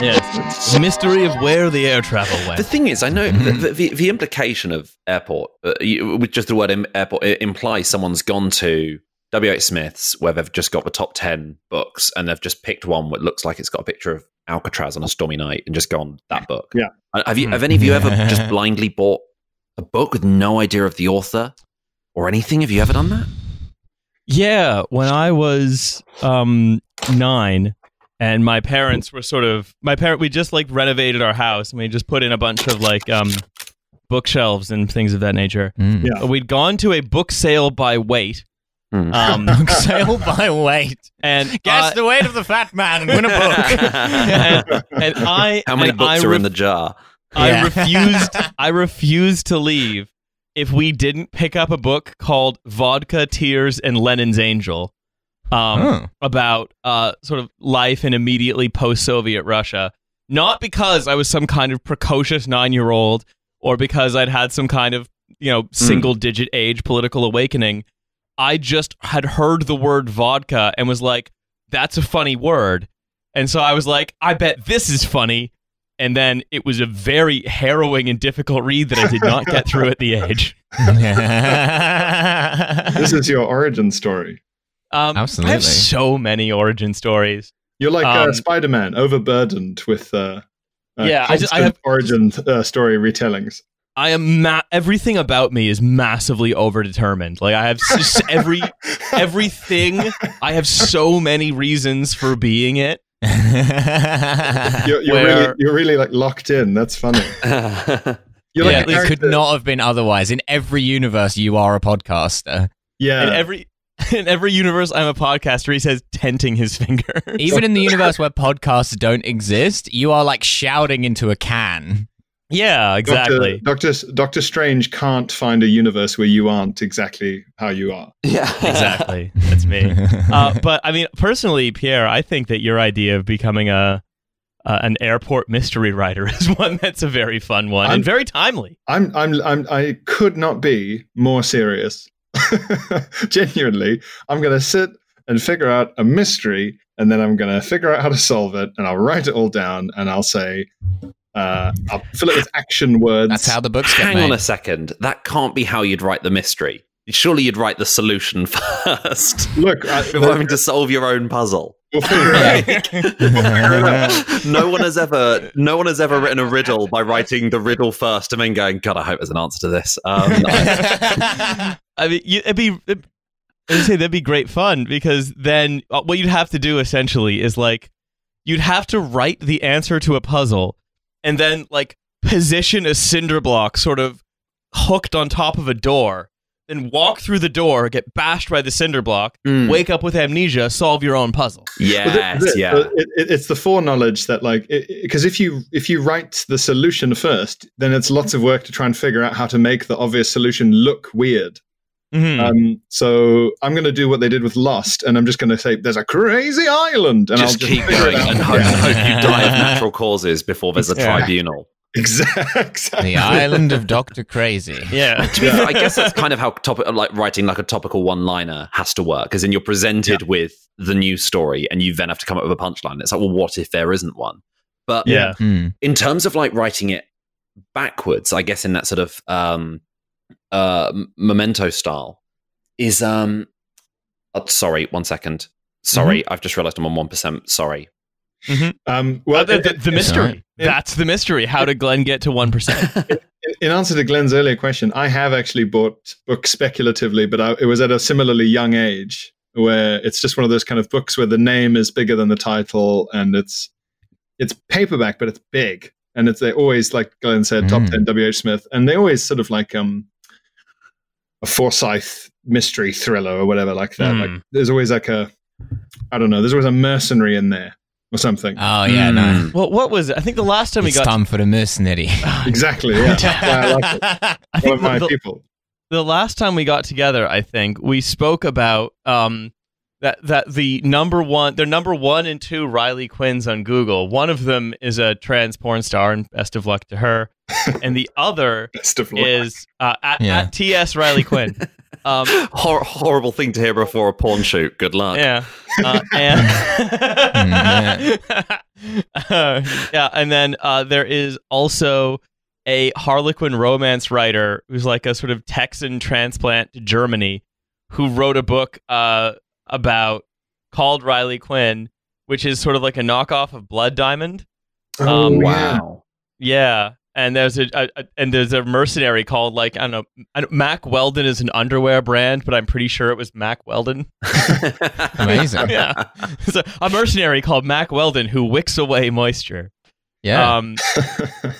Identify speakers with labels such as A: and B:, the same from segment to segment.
A: The mystery of where the air travel
B: The
A: went.
B: thing is, I know
C: Mm-hmm.
B: the, the, the implication of airport, uh, you- with just the word im- airport, it implies someone's gone to W.H. Smith's where they've just got the top 10 books and they've just picked one that looks like it's got a picture of Alcatraz on a stormy night and just gone, that book.
D: Yeah.
B: Uh, Have, you,
A: Hmm.
B: have any of you ever
C: Yeah.
B: just blindly bought a book with no idea of the author or anything? Have you ever done that?
C: Yeah, when I was um nine, and my parents were sort of my parent. We just like renovated our house, and we just put in a bunch of like um bookshelves and things of that nature.
E: Mm.
D: Yeah.
C: But We'd gone to a book sale by weight,
B: Hmm.
C: um,
E: Book sale by weight.
C: and
E: Guess
C: I-
E: the weight of the fat man and win a book.
C: and, and I
B: How many
C: and
B: books
C: I
B: are
C: ref-
B: in the jar?
C: I
E: Yeah.
C: refused. I refused to leave if we didn't pick up a book called Vodka, Tears, and Lenin's Angel, um,
E: Oh.
C: about uh, sort of life in immediately post-Soviet Russia. Not because I was some kind of precocious nine-year-old, or because I'd had some kind of you know single-digit age political awakening. I just had heard the word vodka and was like, "That's a funny word," and so I was like, "I bet this is funny." and then it was a very harrowing and difficult read that I did not get through at the age.
D: This is your origin story.
C: Um, I
E: Absolutely.
C: have so many origin stories.
D: You're like
C: Um,
D: uh, Spider-Man, overburdened with uh, uh,
C: Yeah, I just- I
D: constant
C: have-
D: origin uh, story retellings.
C: I am ma- everything about me is massively overdetermined. Like I have s- every everything. I have so many reasons for being it.
D: You're, you're, really,
C: where-
D: you're really like locked in. That's funny. You're
E: yeah,
D: like a
E: it could
D: character-
E: not have been otherwise. In every universe, you are a podcaster.
C: In
D: Yeah,
C: every in every universe, I'm a podcaster. He says tenting his finger.
E: Even in the universe where podcasts don't exist, you are like shouting into a can.
C: yeah, exactly.
D: Doctor, Doctor Doctor Strange can't find a universe where you aren't exactly how you are.
B: yeah.
C: exactly. That's me. uh, but I mean, personally, Pierre, I think that your idea of becoming a uh, an airport mystery writer is one that's a very fun one
D: I'm-
C: and very timely.
D: I'm, I'm, I'm, I could not be more serious. Genuinely, I'm going to sit and figure out a mystery, and then I'm going to figure out how to solve it, and I'll write it all down, and I'll say, uh, I'll fill it with action words.
E: That's how the books get
B: Hang
E: made.
B: on a second. That can't be how you'd write the mystery. Surely you'd write the solution first
D: Look, I,
B: before having to solve your own puzzle.
D: we'll figure it out.
B: no one has ever, no one has ever written a riddle by writing the riddle first and then going, "God, I hope there's an answer to this." Um,
C: I mean, you, it'd be. It'd, I'd say that'd be great fun because then uh, what you'd have to do essentially is like you'd have to write the answer to a puzzle and then like position a cinder block sort of hooked on top of a door, then walk through the door, get bashed by the cinder block,
B: mm.
C: wake up with amnesia, solve your own puzzle.
D: But thi-
B: Yes,
D: thi-
B: yeah.
D: but it- it- it's the foreknowledge that, like, because if you if you write the solution first, then it's lots of work to try and figure out how to make the obvious solution look weird.
B: Hmm.
C: Mm-hmm.
D: Um, so I'm going to do what they did with Lost, and I'm just going to say there's a crazy island, and
B: just
D: I'll
B: keep
D: figure it
B: going
D: out.
B: and hope,
D: Yeah.
B: hope you die of natural causes before there's a
D: Yeah.
B: tribunal.
D: Exact- exactly.
E: the island of Doctor Crazy.
C: Yeah.
B: To be fair, I guess that's kind of how topic, like writing like a topical one-liner has to work, because then you're presented with the news story, and you then have to come up with a punchline. It's like, well, what if there isn't one? But
C: Yeah. Uh,
E: Hmm.
B: in terms of like writing it backwards, I guess in that sort of um, uh, m- memento style, is um, oh, sorry, one second. Sorry,
E: Mm-hmm.
B: I've just realised I'm on one percent. Sorry.
D: Um, well,
C: the, the-
D: in-
C: the mystery.
E: alright.
C: That's the mystery. How did Glenn get to 1%?
D: in answer to Glenn's earlier question, I have actually bought books speculatively, but I, it was at a similarly young age where it's just one of those kind of books where the name is bigger than the title, and it's it's paperback, but it's big, and it's they always like Glenn said, top
E: Mm.
D: ten W. H. Smith, and they always sort of like um a Forsyth mystery thriller or whatever like that.
C: Hmm.
D: Like there's always like a I don't know, there's always a mercenary in there or
C: Ah.
D: something.
E: Oh yeah, no.
C: well, what was it? I think the last time we
E: It's
C: got
E: time for the mercenary.
D: exactly, yeah. That's why I like it.
C: I
D: One
C: think
D: of my
C: the, the-
D: people.
C: the last time we got together, I think we spoke about um that that the number one their number one and two Riley Quinns on Google. One of them is a trans porn star and best of luck to her. And the other
D: Best of luck.
C: is uh, at,
E: Yeah.
C: at TS Riley Quinn. Um,
B: Mm. Hor- horrible thing to hear before a porn shoot. Good luck.
C: yeah. Uh, and Uh, yeah, and then uh, there is also a Harlequin romance writer who's like a sort of Texan transplant to Germany who wrote a book uh, about called Riley Quinn, which is sort of like a knockoff of Blood Diamond.
D: Oh,
C: Um,
D: yeah.
B: Wow.
C: Yeah. And there's a, a, a and there's a mercenary called like I don't know I don't- Mac Weldon is an underwear brand but I'm pretty sure it was Mac Weldon
E: Amazing.
C: yeah. so a mercenary called Mac Weldon who wicks away moisture.
E: Yeah.
C: Um,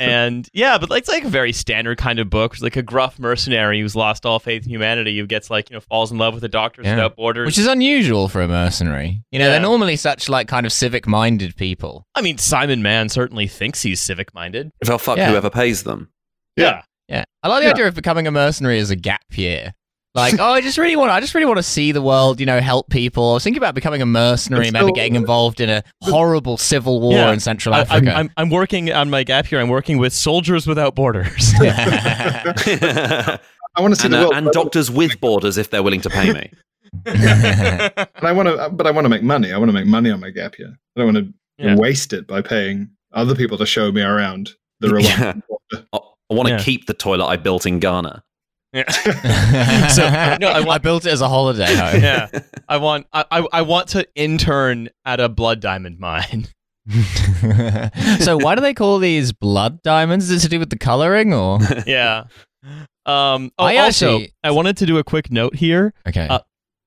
C: and yeah, but like, it's like a very standard kind of book. It's like a gruff mercenary who's lost all faith in humanity who gets like, you know, falls in love with the Doctors
E: Yeah.
C: Without Borders.
E: Which is unusual for a mercenary. You know,
C: Yeah.
E: they're normally such like kind of civic minded people.
C: I mean, Simon Mann certainly thinks he's civic minded.
B: They'll fuck
E: Yeah.
B: whoever pays them.
D: Yeah.
E: Yeah. I like the
D: Yeah.
E: idea of becoming a mercenary as a gap year. Like, oh, I just really want I just really want to see the world, you know, help people. I was thinking about becoming a mercenary,
D: It's
E: maybe
D: still-
E: getting involved in a horrible civil war
C: Yeah.
E: in Central
C: I, I'm,
E: Africa.
C: I'm, I'm working on my gap here. I'm working with Soldiers Without Borders.
B: and,
D: I want to see the
B: uh,
D: world,
B: and doctors with borders if they're willing to pay me.
D: but I want to, but I want to make money. I want to make money on my gap year. I don't want to
C: Yeah.
D: waste it by paying other people to show me around the Rwandan border.
B: I, want to
C: Yeah.
B: keep the toilet I built in Ghana.
C: So, uh, no, I
E: I,
C: want-
E: built it as a holiday home.
C: yeah. I want I, I, I want to intern at a blood diamond mine.
E: so why do they call these blood diamonds? Is it to do with the coloring or
C: yeah. Um, oh,
E: I
C: also,
E: actually-
C: I wanted to do a quick note here.
E: Okay.
C: Uh,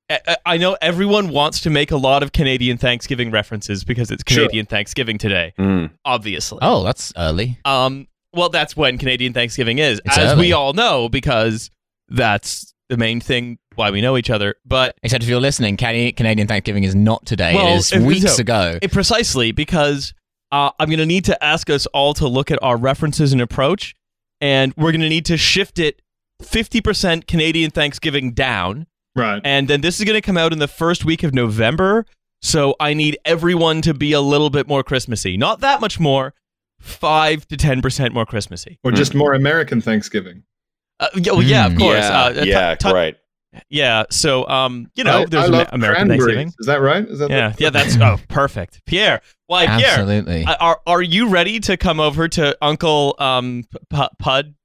C: I- I- I know everyone wants to make a lot of Canadian Thanksgiving references because it's
D: Sure.
C: Canadian Thanksgiving today,
B: Mm.
C: obviously.
E: oh, that's early.
C: Um, well, that's when Canadian Thanksgiving is,
E: It's
C: as
E: early.
C: we all know, because that's the main thing why we know each other. But
E: Except if you're listening, Can- Canadian Thanksgiving is not today.
C: Well,
E: it is
C: if-
E: weeks
C: so-
E: ago.
C: it, precisely because uh, I'm going to need to ask us all to look at our references and approach, and we're going to need to shift it 50% Canadian Thanksgiving down.
D: right.
C: And then this is going to come out in the first week of November. So I need everyone to be a little bit more Christmassy. Not that much more, 5 to 10% more Christmassy.
D: Or just more American Thanksgiving.
C: Uh, yeah, well, yeah, of
E: Mm.
C: course. uh, t- t-
B: great.
C: Yeah. So, um, you know,
D: I-
C: there's
D: I
C: Ama-
D: love
C: American
D: cranberries.
C: Thanksgiving.
D: Is that right? Is that
C: Yeah.
D: the-
C: Yeah, that's oh, perfect. Pierre. Why, Pierre?
E: Absolutely.
C: I- Are are you ready to come over to Uncle um P- Pud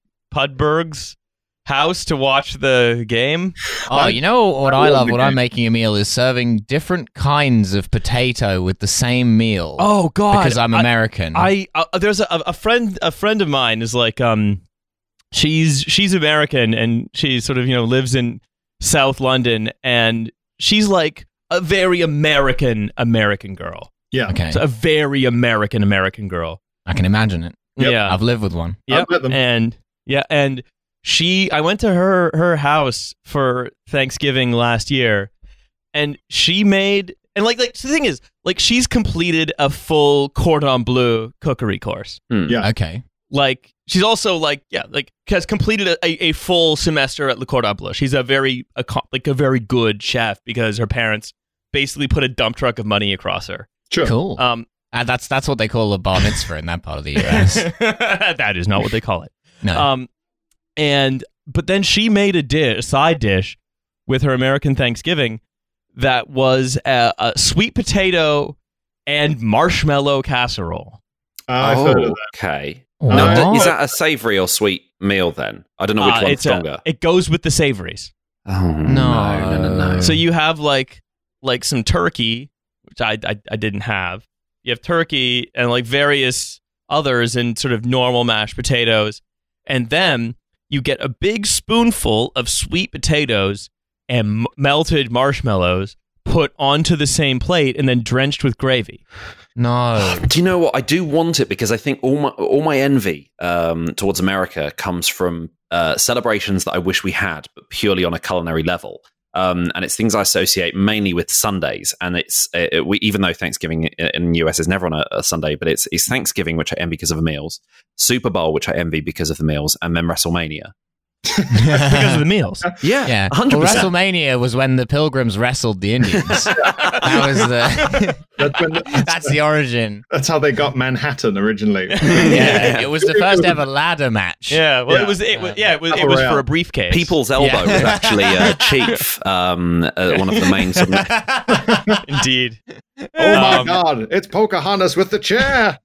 C: Pudberg's house to watch the game?
E: Oh, you know what
D: I
E: I
D: love
E: love
D: the
E: when I'm
D: game.
E: making a meal is serving different kinds of potato with the same meal.
C: Oh God!
E: because I'm American.
C: I uh, there's a, a friend a friend of mine is like um she's she's American and she sort of you know lives in South London and she's like a very American American girl,
D: yeah.
E: okay.
C: so a very American American girl.
E: I can imagine it.
D: Yep.
C: Yeah,
E: I've lived with one.
C: Yep.
D: I'll let them.
C: and yeah, and she I went to her her house for Thanksgiving last year, and she made and like like the thing is like she's completed a full cordon bleu cookery course.
D: Yeah.
E: Okay.
C: like she's also like yeah like has completed a, a, a full semester at Le Cordon Bleu. She's a very a, co- like a very good chef because her parents basically put a dump truck of money across her.
D: Sure.
E: Cool.
C: Um,
E: Uh, that's that's what they call a bar mitzvah in that part of the US.
C: that is not what they call it.
E: No.
C: Um, and but then she made a dish, a side dish, with her American Thanksgiving that was a, a sweet potato and marshmallow casserole.
D: Uh, I've
C: Oh.
D: heard of
B: okay.
D: No,
B: Now,
E: What?
D: Oh.
B: th- is that a savory or sweet meal then? I don't know which
C: Uh,
B: one's
C: it's a-
B: stronger.
C: It goes with the savories.
B: oh,
E: No.
B: no, no, no.
C: So you have like like some turkey, which I, I I didn't have. You have turkey and like various others and sort of normal mashed potatoes, and then you get a big spoonful of sweet potatoes and m- melted marshmallows put onto the same plate and then drenched with gravy.
E: no.
B: Do you know what? I do want it because I think all my all my envy um, towards America comes from uh, celebrations that I wish we had, but purely on a culinary level. Um, and it's things I associate mainly with Sundays. And it's uh uh, we, even though Thanksgiving i- in the US is never on a, a Sunday, but it's it's Thanksgiving which I envy because of the meals, Super Bowl which I envy because of the meals, and then WrestleMania.
C: because of the meals.
B: Yeah,
E: yeah.
B: hundred
E: Well,
B: percent.
E: WrestleMania was when the pilgrims wrestled the Indians. that was the
D: That's, when,
E: that's the origin.
D: that's how they got Manhattan originally.
E: Yeah, it was the first ever ladder match.
C: Yeah, well,
D: Yeah.
C: it was. It was. Yeah, it was. It
D: Battle
C: was
D: Royale.
C: for a briefcase.
B: People's elbow
E: Yeah.
B: was actually uh, chief, um, uh, one of the main. Sort of,
C: indeed.
D: Oh my
C: Um,
D: god, it's Pocahontas with the chair.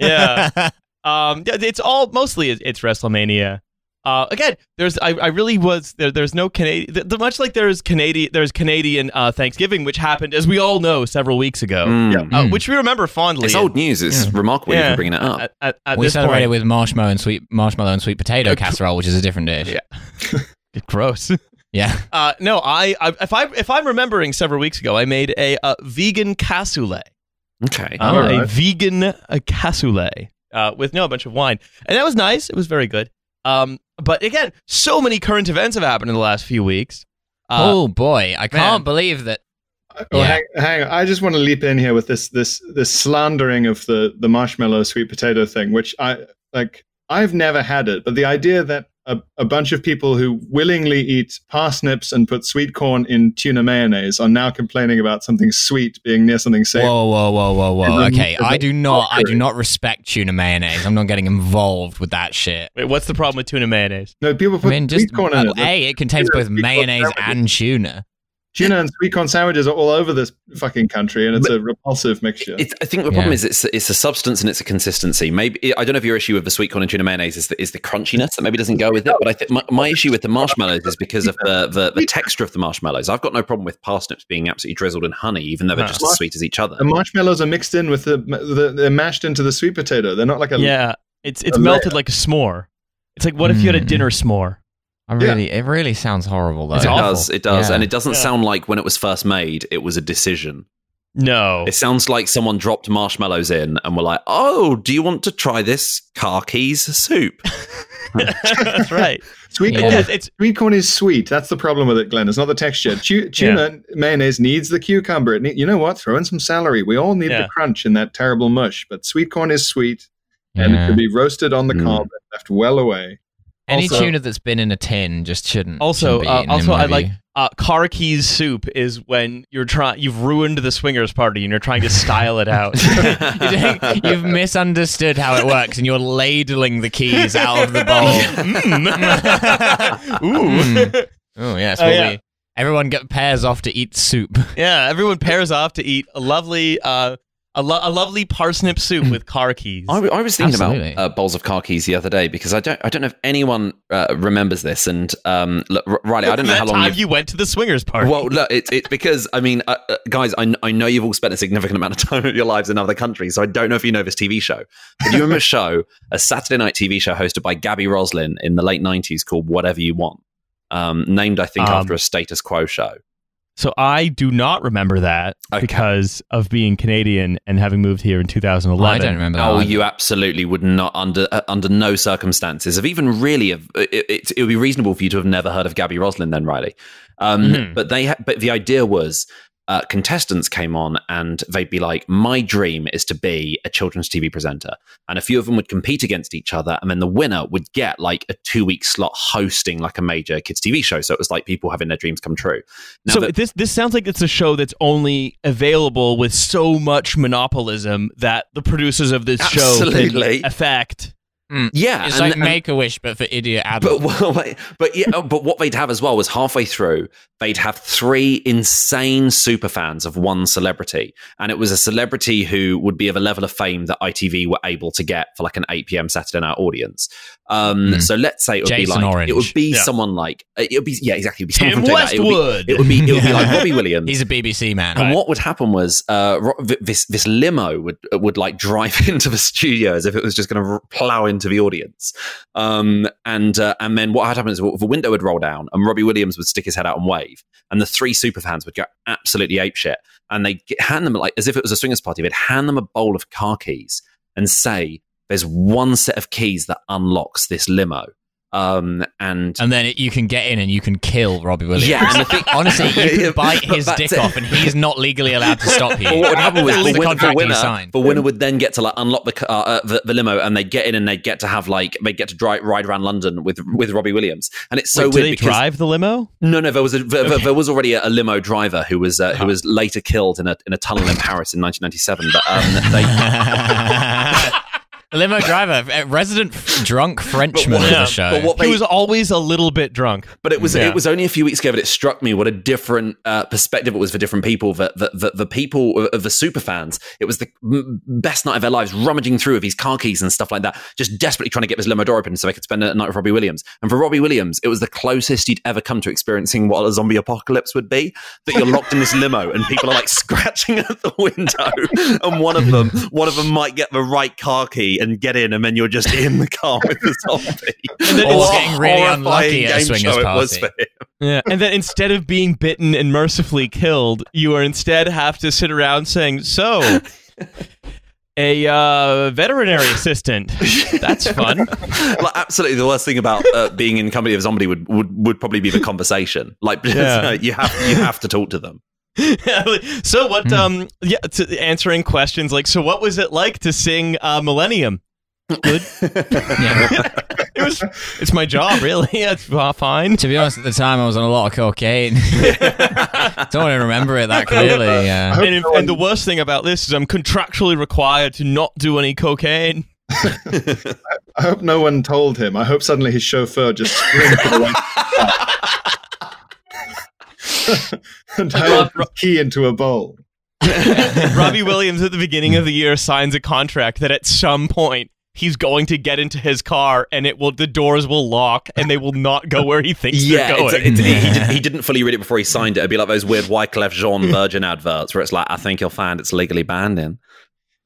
C: Yeah. Um, yeah, it's all mostly it- it's WrestleMania. Uh, again, there's I, I really was there. There's no Canadian. The, the- much like there's Canadian. There's Canadian uh, Thanksgiving, which happened as we all know several weeks ago,
B: Mm.
D: Yeah.
C: uh,
E: Mm.
C: which we remember fondly.
B: It's old news. It's
E: Yeah.
B: remarkable
C: Yeah.
B: you're bringing it up.
C: at, at, at
E: we
C: this
E: celebrated
C: point.
E: with marshmallow and sweet marshmallow and sweet potato casserole, which is a different dish.
C: Yeah. Gross.
E: Yeah.
C: Uh, no, I, I if I if I'm remembering several weeks ago, I made a uh, vegan cassoulet.
B: Okay.
C: Uh,
D: All right.
C: A vegan uh, cassoulet uh, with no a bunch of wine, and that was nice. It was very good. Um, but again, so many current events have happened in the last few weeks. Uh,
E: oh boy, I can't believe that.
D: Oh,
E: Yeah.
D: hang, hang on. I just want to leap in here with this this this slandering of the the marshmallow sweet potato thing, which I like. I've never had it, but the idea that a, a bunch of people who willingly eat parsnips and put sweet corn in tuna mayonnaise are now complaining about something sweet being near something safe.
E: Whoa, whoa, whoa, whoa, whoa.
D: Is it-
E: Okay,
D: is
E: I
D: it
E: do not, I do
D: mockery?
E: not respect tuna mayonnaise. I'm not getting involved with that shit.
C: Wait, what's the problem with tuna mayonnaise?
D: no, people
E: I
D: put
E: mean,
D: sweet
E: just
D: corn in
E: uh,
D: it. The
E: a, it contains
D: tuna
E: both
D: is sweet corn
E: mayonnaise
D: sandwiches.
E: and tuna.
D: tuna and sweet corn sandwiches are all over this fucking country, and it's a repulsive mixture.
B: It's, I think the problem
E: Yeah.
B: is it's it's a substance and it's a consistency. Maybe I don't know if your issue with the sweet corn and tuna mayonnaise is the, is the crunchiness that maybe doesn't go with it. But I think my, my issue with the marshmallows is because of the, the the texture of the marshmallows. I've got no problem with parsnips being absolutely drizzled in honey, even though they're
C: No.
B: just as sweet as each other.
D: the marshmallows are mixed in with the, the they're mashed into the sweet potato. They're not like a
C: Yeah, it's it's
D: a
C: melted like a s'more. It's like what if you had a
E: Mm.
C: dinner s'more?
E: I
D: Yeah.
E: really, it really sounds horrible though.
C: It's
B: it
C: awful.
B: does, it does,
E: Yeah.
B: and it doesn't
C: Yeah.
B: sound like when it was first made, it was a decision.
C: No,
B: It sounds like someone dropped marshmallows in and were like, "Oh, do you want to try this Kharki's soup?"
C: that's right.
D: sweet
E: Yeah.
D: corn.
C: Yes, it's
D: Sweet corn is sweet. That's the problem with it, Glenn. It's not the texture. Tu- tuna mayonnaise needs the cucumber. It need, you know what? Throw in some celery. We all need
C: Yeah.
D: the crunch in that terrible mush. But sweet corn is sweet, and it
E: Yeah.
D: can be roasted on the
B: Mm.
D: cob and left well away.
E: Any
C: Also-
E: tuna that's been in a tin just shouldn't.
C: Also,
E: shouldn't be
C: uh,
E: eaten, in
C: also,
E: my
C: I like
E: view.
C: uh, car keys soup is when you're trying you've ruined the swingers party and you're trying to style it out.
E: You think- You've misunderstood how it works, and you're ladling the keys out of the bowl.
C: Mm. Ooh,
E: Mm. oh yes,
C: Oh,
E: well,
C: yeah.
E: we- everyone get pairs off to eat soup.
C: yeah. Everyone pairs off to eat a lovely, uh, a, lo- a lovely parsnip soup with car keys.
B: I, w- I was thinking
E: Absolutely.
B: about uh, bowls of car keys the other day because I don't I don't know if anyone uh, remembers this. And um, look, R- Riley, I don't know how
C: That
B: long
C: time
B: you've.
C: you went to the swingers party.
B: Well, look, it's it's because I mean, uh, uh, guys, I, kn- I know you've all spent a significant amount of time of your lives in other countries, so I don't know if you know this TV show. But you remember a show, a Saturday night TV show hosted by Gabby Roslin in the late '90s called Whatever You Want, um, named I think
C: Um,
B: after a status quo show.
C: so I do not remember that
B: Okay.
C: because of being Canadian and having moved here in 2011.
E: I don't remember. that
B: Oh,
E: one.
B: you absolutely would not under uh, under no circumstances have even really have, it, it, it would be reasonable for you to have never heard of Gabby Roslin then Riley. Um,
E: Mm-hmm.
C: Mhm.
B: But they ha- but the idea was uh, contestants came on and they'd be like, my dream is to be a children's TV presenter, and a few of them would compete against each other, and then the winner would get like a two week slot hosting like a major kids TV show. So it was like people having their dreams come true. Now
C: so
B: that-
C: this this sounds like it's a show that's only available with so much monopolism that the producers of this show
B: Absolutely.
C: can affect.
B: yeah,
E: It's
B: and-
E: like
B: and-
E: Make a Wish, but for idiot
B: But
E: adults.
B: well, wait, but yeah, oh, but what they'd have as well was halfway through they'd have three insane super fans of one celebrity, and it was a celebrity who would be of a level of fame that ITV were able to get for like an eight PM Saturday night audience. Um,
E: Hmm.
B: So let's say it would
E: Jason
B: be like
E: Orange.
B: it would be
C: Yeah.
B: someone like it would be yeah exactly it would be someone
C: Tim
B: from Take That. It would be-
C: Westwood.
B: It would be it would be like Robbie Williams.
E: He's a BBC man.
B: And what would happen was uh, ro- th- this this limo would uh, would like drive into the studio as if it was just going to r- plow into the audience, um, and uh, and then what had happened is the window would roll down and Robbie Williams would stick his head out and wave, and the three superfans would go absolutely apeshit, and they would hand them like as if it was a swingers party, they'd hand them a bowl of car keys and say, "There's one set of keys that unlocks this limo." Um, and
E: And then it, you can get in and you can kill Robbie Williams.
B: yeah, and the thing,
E: Honestly, you
B: Yeah,
E: could bite
B: but
E: his
B: that's
E: dick
B: it.
E: off, and he's not legally allowed to stop you.
B: Well, what would happen was
E: That's
B: the,
E: the
B: win- the
E: contract you
B: winner,
E: signed.
B: the winner would then get to like unlock the car, uh, the, the limo, and they get in and they get to have like they get to drive, ride around London with with Robbie Williams, and it's so
C: Wait, do
B: weird
C: they
B: because
C: drive the limo?
B: no, no, there was a there, there- there was already a, a limo driver who was uh, who was later killed in a in a tunnel in Paris in 1997, but um, they.
E: The limo driver, a resident f- drunk Frenchman of
B: what-
E: the
B: but
E: show.
B: what they,
C: he was always a little bit drunk.
B: But it was
C: Yeah.
B: it was only a few weeks ago that it struck me what a different uh, perspective it was for different people. That the, the, the people of the super fans, it was the m- best night of their lives, rummaging through with his car keys and stuff like that, just desperately trying to get this limo door open so they could spend a night with Robbie Williams. And for Robbie Williams, it was the closest you'd ever come to experiencing what a zombie apocalypse would be. That you're locked in this limo and people are like scratching at the window, and one of them one of them might get the right car key and get in, and then you're just in the car with the zombie.
C: And then
E: Or
C: it's-
E: getting really
B: horrifying
E: unlucky at a
B: game
E: swingers
B: show it was
E: party.
B: for him.
C: Yeah, and then instead of being bitten and mercifully killed, you are instead have to sit around saying, "So, a uh, veterinary assistant. That's fun."
B: like absolutely the worst thing about uh, being in company of somebody would, would would probably be the conversation like because,
C: Yeah.
B: uh, you have you have to talk to them
C: so what? Um, yeah, to answering questions like, "So what was it like to sing uh, Millennium?" Good. it was. It's my job, really. It's uh, fine.
E: To be honest, at the time I was on a lot of cocaine. Don't want to remember it that clearly. Yeah.
D: hope
C: And,
D: no
C: and the
D: one-
C: worst thing about this is I'm contractually required to not do any cocaine.
D: I hope no one told him. I hope suddenly his chauffeur just springs to the left. and held his key into a bowl.
C: Robbie Williams at the beginning of the year signs a contract that at some point he's going to get into his car and it will the doors will lock and they will not go where he thinks
B: yeah
C: they're
B: it's,
C: going.
B: it's, he, he, did, he didn't fully read it before he signed it it'd be like those weird Wyclef Jean Virgin adverts where it's like I think you'll find it's legally banned in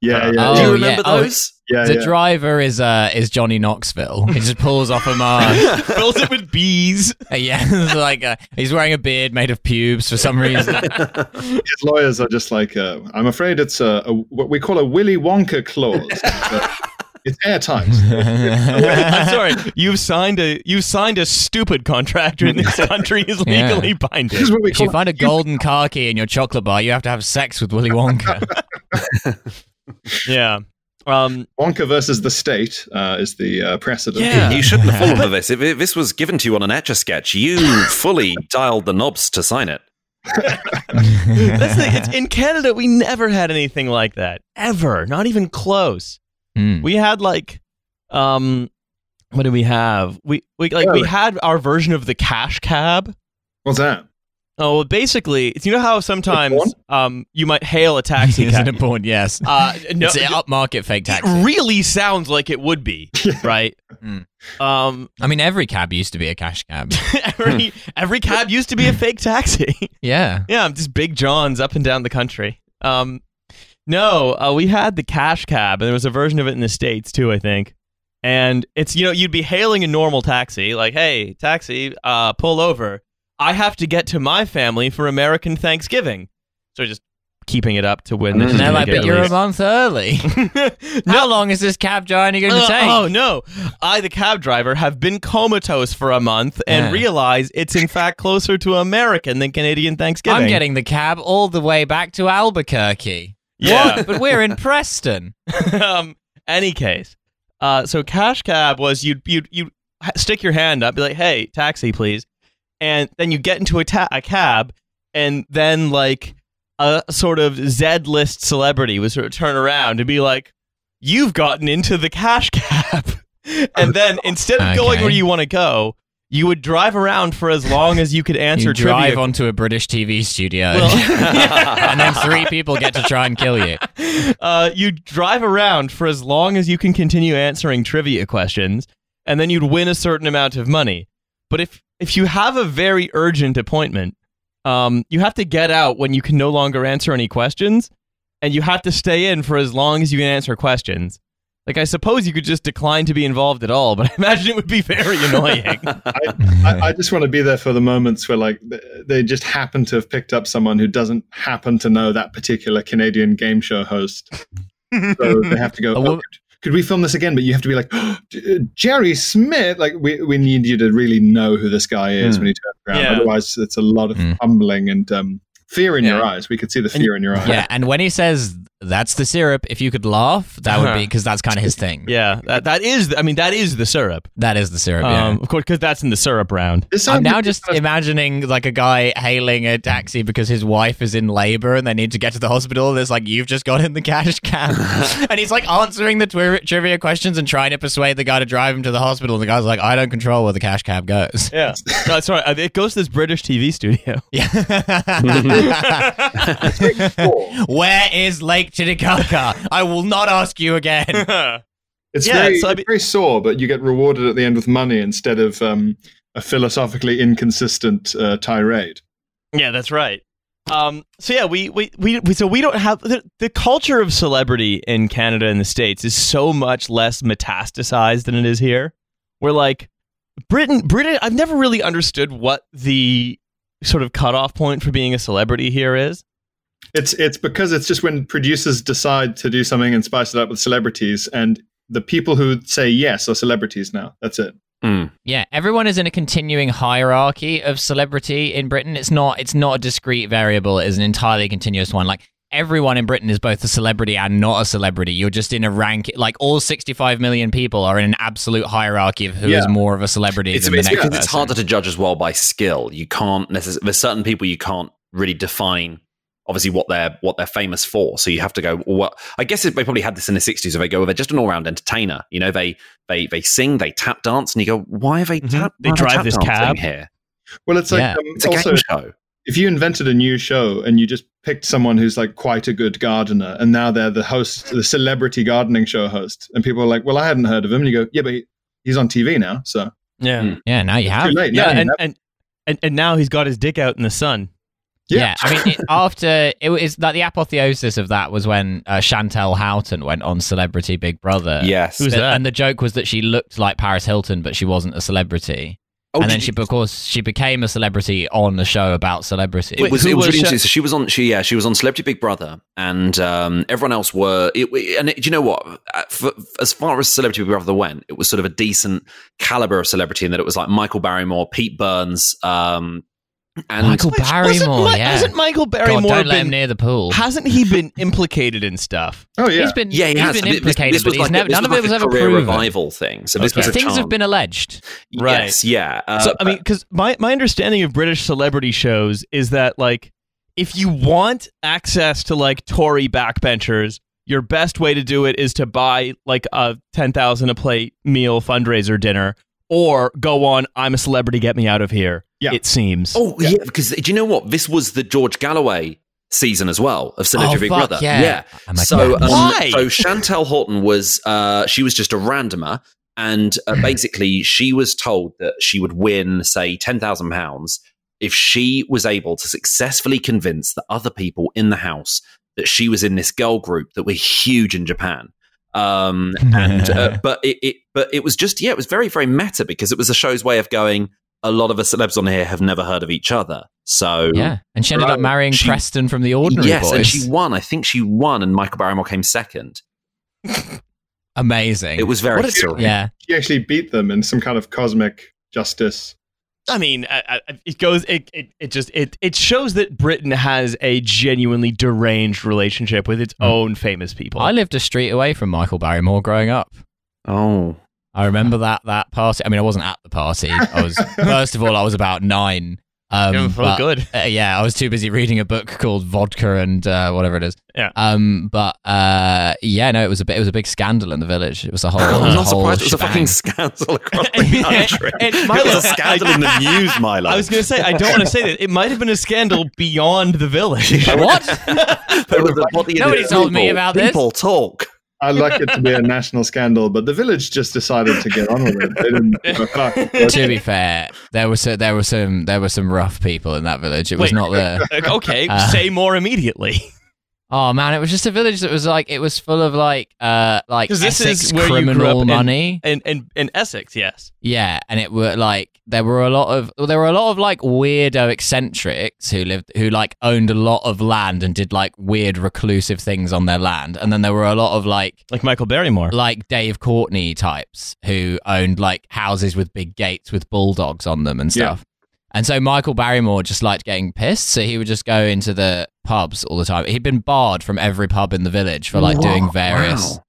D: Yeah, yeah,
E: Oh,
B: do
D: yeah,
B: you remember
E: yeah. Oh,
B: those
D: yeah,
E: the
D: yeah.
E: driver is uh, is Johnny Knoxville. He just pulls off a mask.
C: fills it with bees.
E: Uh, yeah, it's like uh he's wearing a beard made of pubes for some reason.
D: His lawyers are just like, uh, I'm afraid it's a, a what we call a Willy Wonka clause. But it's airtight.
C: I'm sorry, you've signed a you've signed a stupid contract in this country is
E: Yeah.
C: legally binding.
D: This is what we
E: If you
D: call.
E: find a golden car key in your chocolate bar, you have to have sex with Willy Wonka.
C: Yeah. Um,
D: Wonka versus the state uh, is the uh, precedent.
C: Yeah.
B: you shouldn't have fallen for this if, if this was given to you on an etch-a-sketch you fully dialed the knobs to sign it
C: that's the, it's, in Canada we never had anything like that ever, not even close.
E: Hmm.
C: We had like, um, what did we have? We we like we
D: Well-
C: had our version of the cash cab.
D: What's that?
C: Oh, well, basically, it's- you know how sometimes um you might hail a taxi
E: Isn't
C: cab.
E: it born? Yes.
C: Uh, no,
E: it's an
C: it
E: upmarket fake taxi.
C: really sounds like it would be right.
E: Mm.
C: Um,
E: I mean, every cab used to be a cash cab.
C: every every cab used to be a fake taxi.
E: yeah.
C: yeah, just big Johns up and down the country. Um, no, uh, we had the cash cab, and there was a version of it in the states too, I think. And it's you know you'd be hailing a normal taxi, like, "Hey, taxi, uh, pull over. I have to get to my family for American Thanksgiving." So just keeping it up to when this
D: Mm.
C: is
E: And they're
C: gonna
E: like,
C: get
E: but you're a
C: released."
E: month early. How long is this cab journey going to
C: Uh,
E: take?
C: Oh no! I, the cab driver, have been comatose for a month and
E: Yeah.
C: realize it's in fact closer to American than Canadian Thanksgiving.
E: I'm getting the cab all the way back to Albuquerque.
C: yeah.
E: What? But we're in Preston.
C: um, any case, uh, so cash cab was you'd you'd you stick your hand up, be like, "Hey, taxi, please," and then you get into a, ta- a cab, and then like a sort of Z list celebrity would sort of turn around and be like, "You've gotten into the cash cab," and then instead of going
E: Okay.
C: where you want to go, you would drive around for as long as you could answer
E: you drive
C: trivia.
E: onto a British TV studio.
C: Well-
E: and then three people get to try and kill you.
C: uh, you drive around for as long as you can continue answering trivia questions, and then you'd win a certain amount of money. But if if you have a very urgent appointment, um, you have to get out when you can no longer answer any questions, and you have to stay in for as long as you can answer questions. Like I suppose you could just decline to be involved at all, but I imagine it would be very annoying.
D: I, I just want to be there for the moments where, like, th- they just happen to have picked up someone who doesn't happen to know that particular Canadian game show host. So they have to go.
E: A
D: "Oh,
E: wo-
D: could we film this again? But you have to be like, "Oh, uh, Jerry Smith. Like, we, we need you to really know who this guy is
B: Mm.
E: Hmm.
D: when he turns around.
C: Yeah.
D: Otherwise, it's a lot of
E: Mm.
D: fumbling and um, fear in
B: Yeah.
D: your eyes. We could see the
E: And-
D: fear in your eyes.
E: Yeah, and when he says that's the syrup, if you could laugh, that would be because that's kind of his thing.
C: Uh-huh. Yeah, that, that is. I mean, that is the syrup.
E: That is the syrup. yeah.
C: Um, of course, because that's in the syrup round.
D: This
E: I'm
D: sounds-
E: now just imagining like a guy hailing a taxi because his wife is in labor and they need to get to the hospital. And it's like, you've just got in the cash can. and he's like answering the twi- trivia questions and trying to persuade the guy to drive him to the hospital. And the guy's like, I don't control where the cash cab goes.
C: Yeah. no, sorry. uh, It goes to this British TV studio.
E: Yeah. Where is Lake Titicaca? I will not ask you again.
D: It's,
C: Yeah,
D: very,
C: so I
D: it's
C: mean-
D: very sore, but you get rewarded at the end with money instead of um, a philosophically inconsistent uh, tirade.
C: Yeah, that's right. Um, so yeah, we, we, we, we so we don't have the, the culture of celebrity in Canada and the States is so much less metastasized than it is here. We're like Britain, Britain. I've never really understood what the sort of cutoff point for being a celebrity here is.
D: It's it's because it's just when producers decide to do something and spice it up with celebrities, and the people who say yes are celebrities now. That's it.
E: Yeah, everyone is in a continuing hierarchy of celebrity in Britain. It's not it's not a discrete variable, it is an entirely continuous one. Like everyone in Britain is both a celebrity and not a celebrity. You're just in a rank like all 65 million people are in an absolute hierarchy of who is
D: Yeah.
E: more of a celebrity
B: It's,
E: than
B: it's
E: the next
B: because it's
E: person.
B: harder to judge as well by skill. You can't necessarily. There's certain people you can't really define. Obviously, what they're what they're famous for. So you have to go. Well, what I guess if they probably had this in the '60s, where they go, well, they're just an all-round entertainer. You know, they they they sing, they tap dance, and you go, why are they
C: Mhm.
B: tap?
C: They
B: why are
C: drive
B: tap
C: this
B: dancing
C: cab.
B: here.
D: Well, it's like
E: Yeah.
D: um,
B: It's a
D: also
B: game show.
D: if you invented a new show and you just picked someone who's like quite a good gardener, and now they're the host, the celebrity gardening show host, and people are like, "Well, I hadn't heard of him," and you go, "Yeah, but he, he's on TV now, so
C: Yeah,
B: Mm.
E: Yeah, now you have.
D: too late."
C: yeah,
D: now you
C: and,
D: have-
C: and and and now he's got his dick out in the sun.
E: Yeah. I mean, it, after it was like the apotheosis of that was when uh, Chantel Houghton went on Celebrity Big Brother.
B: Yes.
C: Who's
E: But-
C: that?
E: And the joke was that she looked like Paris Hilton, but she wasn't a celebrity.
B: Oh,
E: and then
B: did
E: she,
B: you-
E: of course, she became a celebrity on the show about celebrity.
B: it
C: Wait,
B: was,
C: who
B: it
C: was
B: was really
C: she-
B: interesting. So she was on she yeah she was on Celebrity Big Brother, and um, everyone else were. It, it- and it, do you know what? Uh, For, as far as Celebrity Big Brother went, it was sort of a decent caliber of celebrity in that it was like Michael Barrymore, Pete Burns, um, and
E: Michael
C: Which- wasn't
E: Barrymore,
C: Mi-
E: yeah.
C: Hasn't Michael
E: God,
C: Barrymore
E: don't let him
C: been?
E: near the pool.
C: Hasn't he been implicated in stuff?
D: oh yeah,
E: He's been,
B: yeah, he
E: he's
B: has.
E: been
B: This-
E: implicated,
B: this
E: but
B: was
E: he's
B: like a-
E: never,
B: this
E: none of
B: was
E: it was
B: like a
E: ever
B: career
E: proven.
B: revival thing. So this
C: Okay.
B: was a
E: Things
B: chance.
E: have been alleged.
C: Right.
B: Yes, yeah. Uh,
C: so I mean, because my my understanding of British celebrity shows is that like, if you want access to like Tory backbenchers, your best way to do it is to buy like a ten thousand a plate meal fundraiser dinner, or go on I'm a celebrity, get me out of here.
D: Yeah.
C: It seems.
B: Oh yeah. because do you know what? This was the George Galloway season as well of Celebrity
E: Oh,
B: Big
E: fuck,
B: Brother.
E: yeah. I'm like,
B: so,
E: man,
B: um,
C: Why?
B: so Chantel Horton was uh, she was just a randomer, and uh,
E: Mm.
B: basically she was told that she would win, say, ten thousand pounds if she was able to successfully convince the other people in the house that she was in this girl group that were huge in Japan. Um, and uh, but it, it but it was just yeah, it was very very meta because it was the show's way of going. A lot of us celebs on here have never heard of each other, so
E: yeah, and she ended up marrying
B: She-
E: Preston from the Ordinary
B: yes,
E: Boys.
B: and she won. I think she won, and Michael Barrymore came second.
E: Amazing.
B: It was very
C: What a-
B: surreal.
E: yeah.
D: he actually beat them in some kind of cosmic justice.
C: I mean, I, I, it goes. It, it it just it it shows that Britain has a genuinely deranged relationship with its
E: Hmm.
C: own famous people.
E: I lived a street away from Michael Barrymore growing up.
B: Oh,
E: I remember that that party. I mean, I wasn't at the party. I was first of all, I was about nine. Um,
C: Yeah, felt
E: but-
C: good.
E: Uh, yeah, I was too busy reading a book called Vodka and uh, whatever it is.
C: Yeah.
E: Um. But uh. Yeah. No. It was a bit. It was a big scandal in the village. It was a whole.
B: I'm
E: a
B: not
E: whole
B: surprised. It was a
E: shebang.
B: fucking scandal across
C: And-
B: the country.
C: and- and
B: it
C: Milo,
B: was a scandal
C: I-
B: in the news, Milo.
C: I was going to say I don't want to say that it might have been a scandal beyond the village.
E: What?
B: there was a body in
E: Nobody
B: the
E: told me
B: people.
E: about this.
B: People talk.
D: I'd like it to be a national scandal, but the village just decided to get on with it. They didn't give a fuck.
E: to be fair, there was so, there were some there were some rough people in that village. It was
C: Wait.
E: not the.
B: Ah.
C: Like, okay,
E: Uh,
C: say more immediately.
E: Oh man, it was just a village that was like it was full of like uh like
C: 'Cause this
E: Essex
C: is where you grew
E: criminal
C: up in-
E: money.
C: And and in Essex, yes.
E: Yeah, and it were like there were a lot of well, there were a lot of like weirdo eccentrics who lived who like owned a lot of land and did like weird reclusive things on their land, and then there were a lot of like
C: Like Michael Barrymore.
D: Mm,
E: like Dave Courtney types who owned like houses with big gates with bulldogs on them and
D: Yeah.
E: stuff. And so Michael Barrymore just liked getting pissed, so he would just go into the pubs all the time. He'd been barred from every pub in the village for like doing various
B: Wow.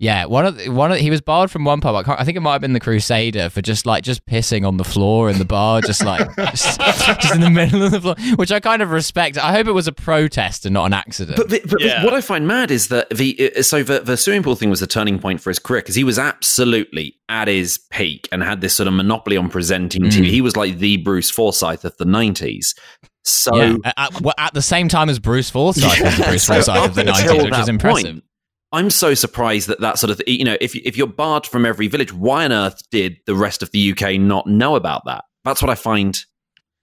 E: yeah, one of the, one of, he was barred from one pub. I, can't, I think it might have been the Crusader for just like just pissing on the floor in the bar, just like just, just in the middle of the floor, which I kind of respect. I hope it was a protest and not an accident.
B: But, the, but the-
C: Yeah.
B: what I find mad is that the uh, so the, the swimming pool thing was the turning point for his career because he was absolutely at his peak and had this sort of monopoly on presenting TV. He was like the Bruce Forsyth of the nineties. So
E: yeah, at, at- well, at the same time as Bruce Forsyth was the
B: Yeah,
E: Bruce
B: so
E: Forsyth of the
B: up until
E: nineties, which
B: that
E: is impressive.
B: point, I'm so surprised that that sort of you know if if you're barred from every village, why on earth did the rest of the UK not know about that? That's what I find.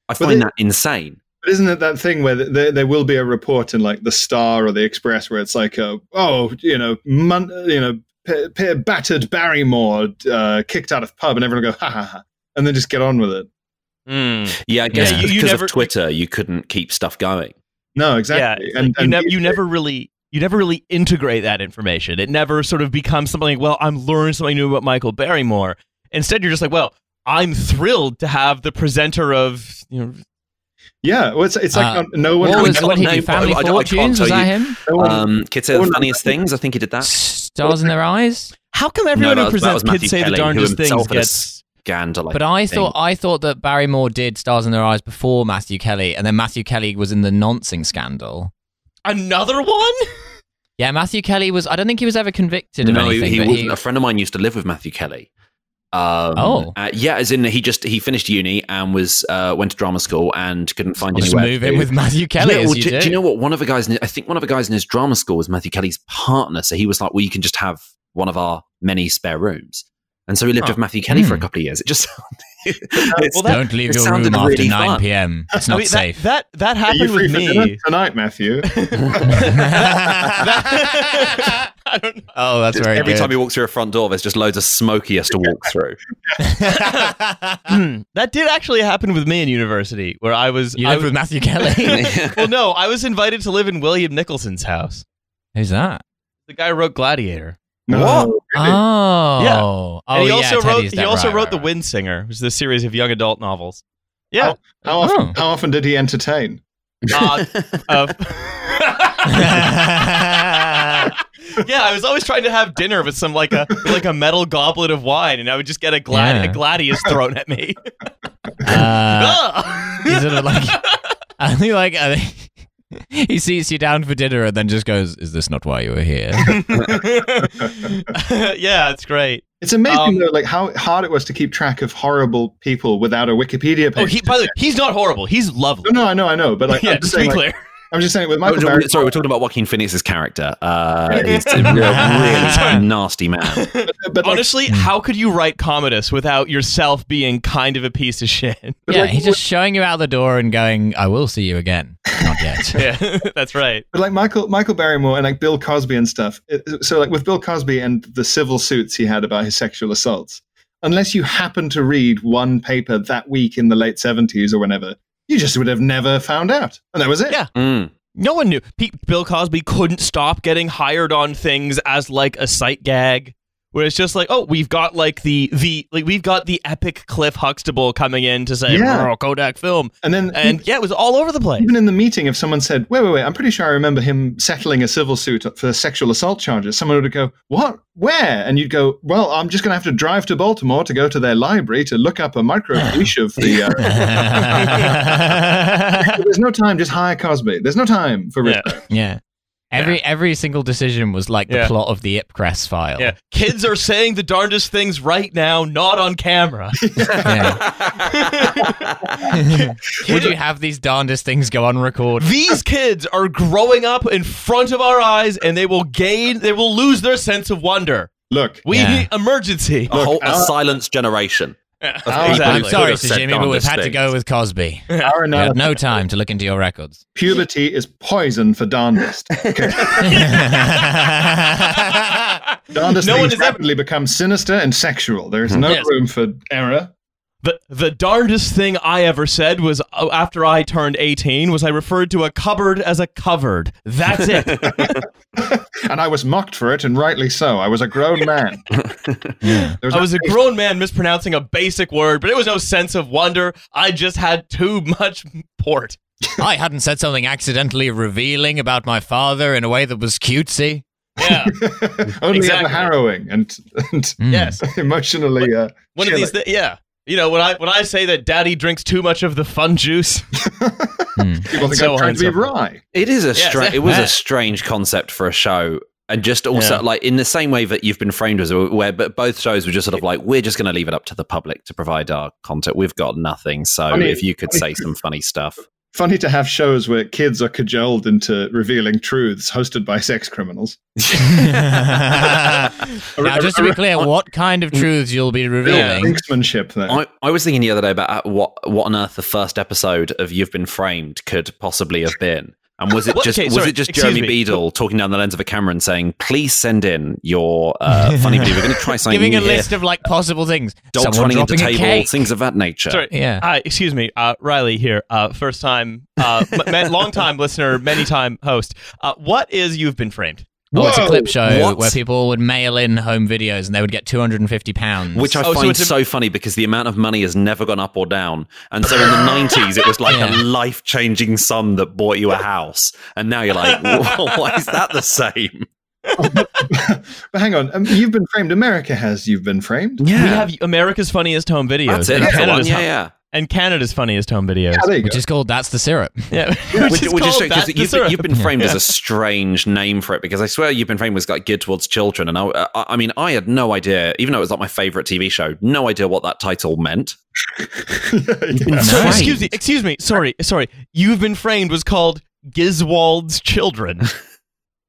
B: I
D: But
B: find
D: they-
B: that insane.
D: But isn't it that thing where th- there, there will be a report in like the Star or the Express where it's like, uh, oh, you know, mon- you know, p- p- battered Barrymore uh, kicked out of pub, and everyone will go ha ha ha, and then just get on with it.
C: Mm.
B: Yeah, I guess
E: Yeah,
C: you- you
B: because
C: never-
B: of Twitter, you couldn't keep stuff going.
D: No, exactly.
C: Yeah, and, you, nev- you never really you never really integrate that information. It never sort of becomes something like, well, I'm learning something new about Michael Barrymore. Instead, you're just like, well, I'm thrilled to have the presenter of you know
D: yeah. Well, it's it's like
E: Uh,
D: no- no one.
E: What
B: I
E: was
B: don't
E: what he
B: know,
E: do? Family
B: I- I- I can't
E: Fortunes? Was
B: tell
E: that
B: you.
E: him?
D: no one-
B: Um, kids say
D: Oh,
B: the
D: no.
B: funniest things. I think he did that.
E: Stars in their eyes.
C: how come everyone
B: that
C: who
B: was- that was
C: presents kids
B: Matthew
C: say the
B: Kelly, who
C: darndest things
B: himself is-
C: gets
B: Gander, like,
E: But I
B: thing.
E: thought I thought that Barrymore did Stars in Their Eyes before Matthew Kelly, and then Matthew Kelly was in the noncing scandal.
C: another one?
E: Yeah, Matthew Kelly was. I don't think he was ever convicted of
B: no, he-
E: anything.
B: he
E: but
B: wasn't.
E: he-
B: A friend of mine used to live with Matthew Kelly. Um,
E: Oh.
B: uh, yeah, as in he just he finished uni and was uh, went to drama school and couldn't find
E: just
B: anywhere.
E: move
B: to-
E: in with Matthew Kelly.
B: Yeah,
E: as
B: well,
E: you
B: do,
E: do,
B: do you know what? One of the guys, in, I think one of the guys in his drama school was Matthew Kelly's partner. So he was like, "Well, you can just have one of our many spare rooms." And so he lived
C: Huh.
B: with Matthew Kelly for a
E: Hmm.
B: couple of years. It just sounded.
C: Well, that-
E: Don't leave
B: it
E: your room
B: sounded
E: after
B: really
E: 9
B: fun.
E: p.m. It's
C: I
E: not
C: mean, that-
E: safe.
C: That that,
D: Are you
C: happened
D: free
C: with
D: for
C: me.
D: dinner tonight, Matthew?
C: That- I don't know.
E: oh, that's very
B: every
E: good.
B: time he walks through a front door, there's just loads of smoke he has to walk through.
C: Hmm, that did actually happen with me in university, where I was.
E: you
C: I
E: live
C: was
E: with Matthew Kelly.
C: well, no, I was invited to live in William Nicholson's house.
E: Who's that?
C: The guy who wrote Gladiator.
D: No, really?
E: Oh,
C: Yeah.
E: oh,
C: and he
E: yeah,
C: also wrote
E: Teddy's
C: he
E: dead.
C: also
E: Right,
C: wrote
E: right,
C: The
E: right.
C: Wind Singer, which is a series of young adult novels. Yeah.
D: How often?
E: Oh.
D: How often did he entertain?
C: Uh, uh, yeah, I was always trying to have dinner with some like a like a metal goblet of wine, and I would just get a, glad-
E: Yeah.
C: a gladius thrown at me.
E: Uh,
C: Ah!
E: he's sort of like, I think like I think- he seats you down for dinner and then just goes, "Is this not why you were here?"
C: yeah, it's great.
D: It's amazing
C: Um,
D: though, like how hard it was to keep track of horrible people without a Wikipedia page.
C: Oh, he, by the way, he's not horrible. He's lovely.
D: no, no, I know, I know, but like,
C: yeah,
D: I'm,
C: just
D: just
C: to be
D: saying, like
C: clear.
D: I'm just saying with
B: Oh,
D: Michael
B: no,
D: Barry.
B: we- sorry, we're talking about Joaquin Phoenix's character. Uh, he's a real,
E: Sorry.
B: really nasty man.
D: but like, Hmm.
C: Honestly, how could you write Commodus without yourself being kind of a piece of shit?
D: but,
E: yeah,
D: like,
E: he's just showing you out the door and going, "I will see you again." Not yet.
C: Yeah, that's right.
D: but like Michael Michael Barrymore and like Bill Cosby and stuff. it- so like with Bill Cosby and the civil suits he had about his sexual assaults, unless you happen to read one paper that week in the late seventies or whenever, you just would have never found out, and that was it.
C: Yeah.
B: Mm.
C: No one knew. Pe- Bill Cosby couldn't stop getting hired on things as like a sight gag, where it's just like, oh, we've got like the the like we've got the epic Cliff Huxtable coming in to say
D: Yeah.
C: "Brr, Kodak film,
D: And then
C: and yeah, it was all over the place.
D: even in the meeting, if someone said, "Wait, wait, wait," I'm pretty sure I remember him settling a civil suit for sexual assault charges. Someone would go, "What? Where?" And you'd go, "Well, I'm just going to have to drive to Baltimore to go to their library to look up a microfiche of the." Uh,
E: yeah.
D: there's no time. Just hire Cosby. There's no time for.
C: Yeah.
E: Every every single decision was like the
C: Yeah.
E: plot of the Ipcress file.
C: Yeah, kids are saying the darndest things right now, not on camera.
E: Would you have these darndest things go on record?
C: These kids are growing up in front of our eyes, and they will gain, they will lose their sense of wonder.
D: Look,
C: We
E: Yeah.
C: need emergency.
B: a whole a
D: Look,
B: silence generation.
C: Yeah.
B: Of people who
E: uh, Oh, I'm
C: exactly.
B: could
E: sorry,
B: have said
E: Sir Jimmy,
B: darndest
E: but we've had to
B: things.
E: go with Cosby. We
D: Our
E: had
D: analysis,
E: no time to look into your records.
D: puberty is poison for darndest. Darndest
C: No one
D: things
C: has ever-
D: rapidly become sinister and sexual. There is no
C: Yes.
D: room for error.
C: The the darndest thing I ever said was uh, after I turned 18 was I referred to a cupboard as a covered. That's it.
D: And I was mocked for it, and rightly so. I was a grown man.
E: Yeah.
D: There
C: I was a grown man mispronouncing a basic word, but it was no sense of wonder. I just had too much port.
E: I hadn't said something accidentally revealing about my father in a way that was cutesy.
C: Yeah.
D: only ever
C: Exactly.
D: harrowing and, and
E: Mm.
C: yes.
D: emotionally. Uh,
C: One of these. Th- yeah. You know when I when I say that Daddy drinks too much of the fun juice.
E: Mm.
D: people think
C: so
D: I'm trying to be
C: handsome.
D: wry.
B: It is a
C: Yes,
B: stra-
C: yeah.
B: it was a strange concept for a show. And just also
C: Yeah.
B: like in the same way that you've been framed as where but both shows were just sort of like, we're just gonna leave it up to the public to provide our content. We've got nothing. So
D: Funny-
B: if you could
D: funny-
B: say some funny stuff.
D: Funny to have shows where kids are cajoled into revealing truths hosted by sex criminals.
E: now, just to be clear, what kind of truths you'll be revealing?
D: Brinksmanship there.
B: I, I was thinking the other day about uh, what what on earth the first episode of You've Been Framed could possibly have been. And was it
C: What-
B: just
C: okay,
B: was
C: sorry,
B: it just
C: excuse
B: Jeremy
C: me.
B: Beadle talking down the lens of a camera and saying, "Please send in your uh, funny video. We're going to try something
E: Giving
B: new
E: a
B: here.
E: list of like possible things.
B: Dogs
E: Someone
B: running into
E: dropping a
B: table,
E: cake.
B: things of that nature."
C: Sorry.
E: Yeah.
C: Uh, excuse me, uh, Riley here. Uh, first time, uh, m- ma- long time listener, many time host. Uh, what is you've been framed?
E: Oh, it's a
D: Whoa!
E: clip show
B: What?
E: where people would mail in home videos and they would get two hundred and fifty pounds.
B: Which I
C: Oh, so
B: find
C: it's a-
B: so, funny because the amount of money has never gone up or down. And so in the 90s, it was like
E: Yeah.
B: a life changing sum that bought you a house. And now you're like, "Whoa, why is that the same?
D: but hang on, um, you've been framed. America has you've been framed.
C: We have America's funniest home videos
B: That's it.
C: and,
B: That's the one.
C: Canada's
B: Yeah,
C: hum-
B: yeah.
C: and Canada's funniest home videos.
D: Yeah, Ah, there you
E: which
D: go.
E: is called That's the Syrup.
C: Yeah,
B: Which, which is
C: called
B: strange,
C: That's
B: 'cause
C: the
B: you've, been-
C: Syrup.
B: you've been framed as a strange name for it because I swear you've been framed was like geared towards children, and I, I, I mean I had no idea, even though it was like my favorite TV show, no idea what that title meant.
C: So,
E: Nice.
C: excuse me, excuse me. Sorry, sorry. You've been framed was called Giswold's Children.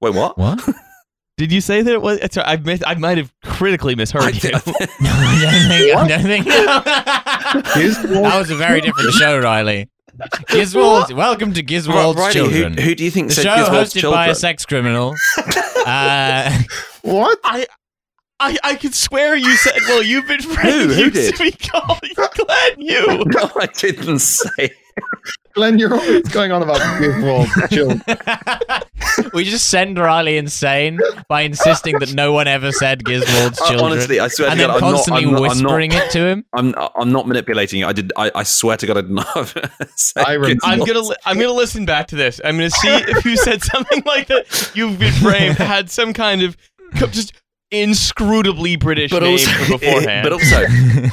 B: Wait, what?
E: What?
C: Did you say that it was? Sorry, I mis- I might have critically misheard
B: I
C: you.
B: did-
E: No, I don't think. I don't think. that
D: Here's the one-
E: was a very different show, Riley. Gizwald, welcome to Gizwald's
B: Riley, who,
E: Children.
B: who do you think
E: the
B: said
E: show
B: Gizmo's
E: hosted by
B: children?
E: a sex criminal. uh,
D: what?
C: I, I could swear you said, well, you've been framed.
B: Who? Who
C: used
B: did?
C: to be called Glenn, you.
B: no, I didn't say.
D: Glenn, you're always going on about Gizmo children.
E: we just send Riley insane by insisting that no one ever said Gizwald's
B: I-
E: Children.
B: Uh, honestly, I swear
E: and
B: to
E: then
B: God, I'm not.
E: constantly
B: I'm not, I'm not,
E: whispering it to him.
B: I'm I'm not manipulating you. I did. I, I swear to God, I did not. say
D: I rem-
B: Gizmo.
C: I'm gonna li- I'm gonna listen back to this. I'm gonna see if you said something like that. You've been framed had some kind of co- just inscrutably British name for beforehand.
B: but also,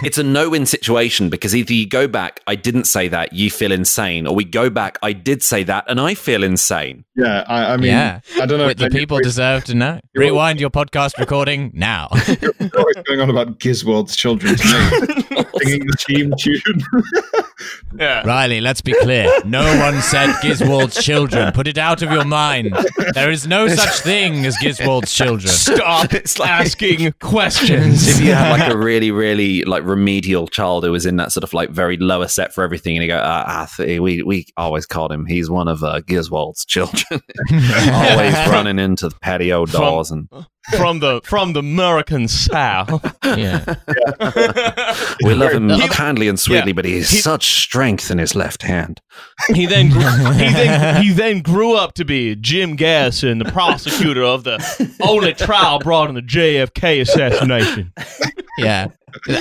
B: it's a no-win situation because either you go back, I didn't say that, you feel insane, or we go back, I did say that, and I feel insane.
D: Yeah, I, I mean,
E: Yeah.
D: I don't know.
E: But the
D: Glenn,
E: people
D: you're
E: deserve to know.
D: You're-
E: Rewind your podcast recording now.
D: always going on about Gizwold's children to me, singing the theme tune.
C: yeah.
E: Riley, let's be clear. No one said Gizwald's children. Put it out of your mind. There is no such thing as Gizwald's children.
C: Stop
B: It's like-
C: asking questions.
B: If you had like a really, really like remedial child who was in that sort of like very lower set for everything, and you go, ah, ah, th- we we always called him. He's one of uh, Giswold's children, always running into the patio
C: From-
B: doors and
C: from the from the American South.
E: Yeah.
B: We love him
E: He-
B: kindly and sweetly,
C: Yeah.
B: but he has
C: He-
B: such strength in his left hand.
C: He then grew, he then he then grew up to be Jim Garrison, the prosecutor of the only trial brought in the JFK assassination.
E: Yeah.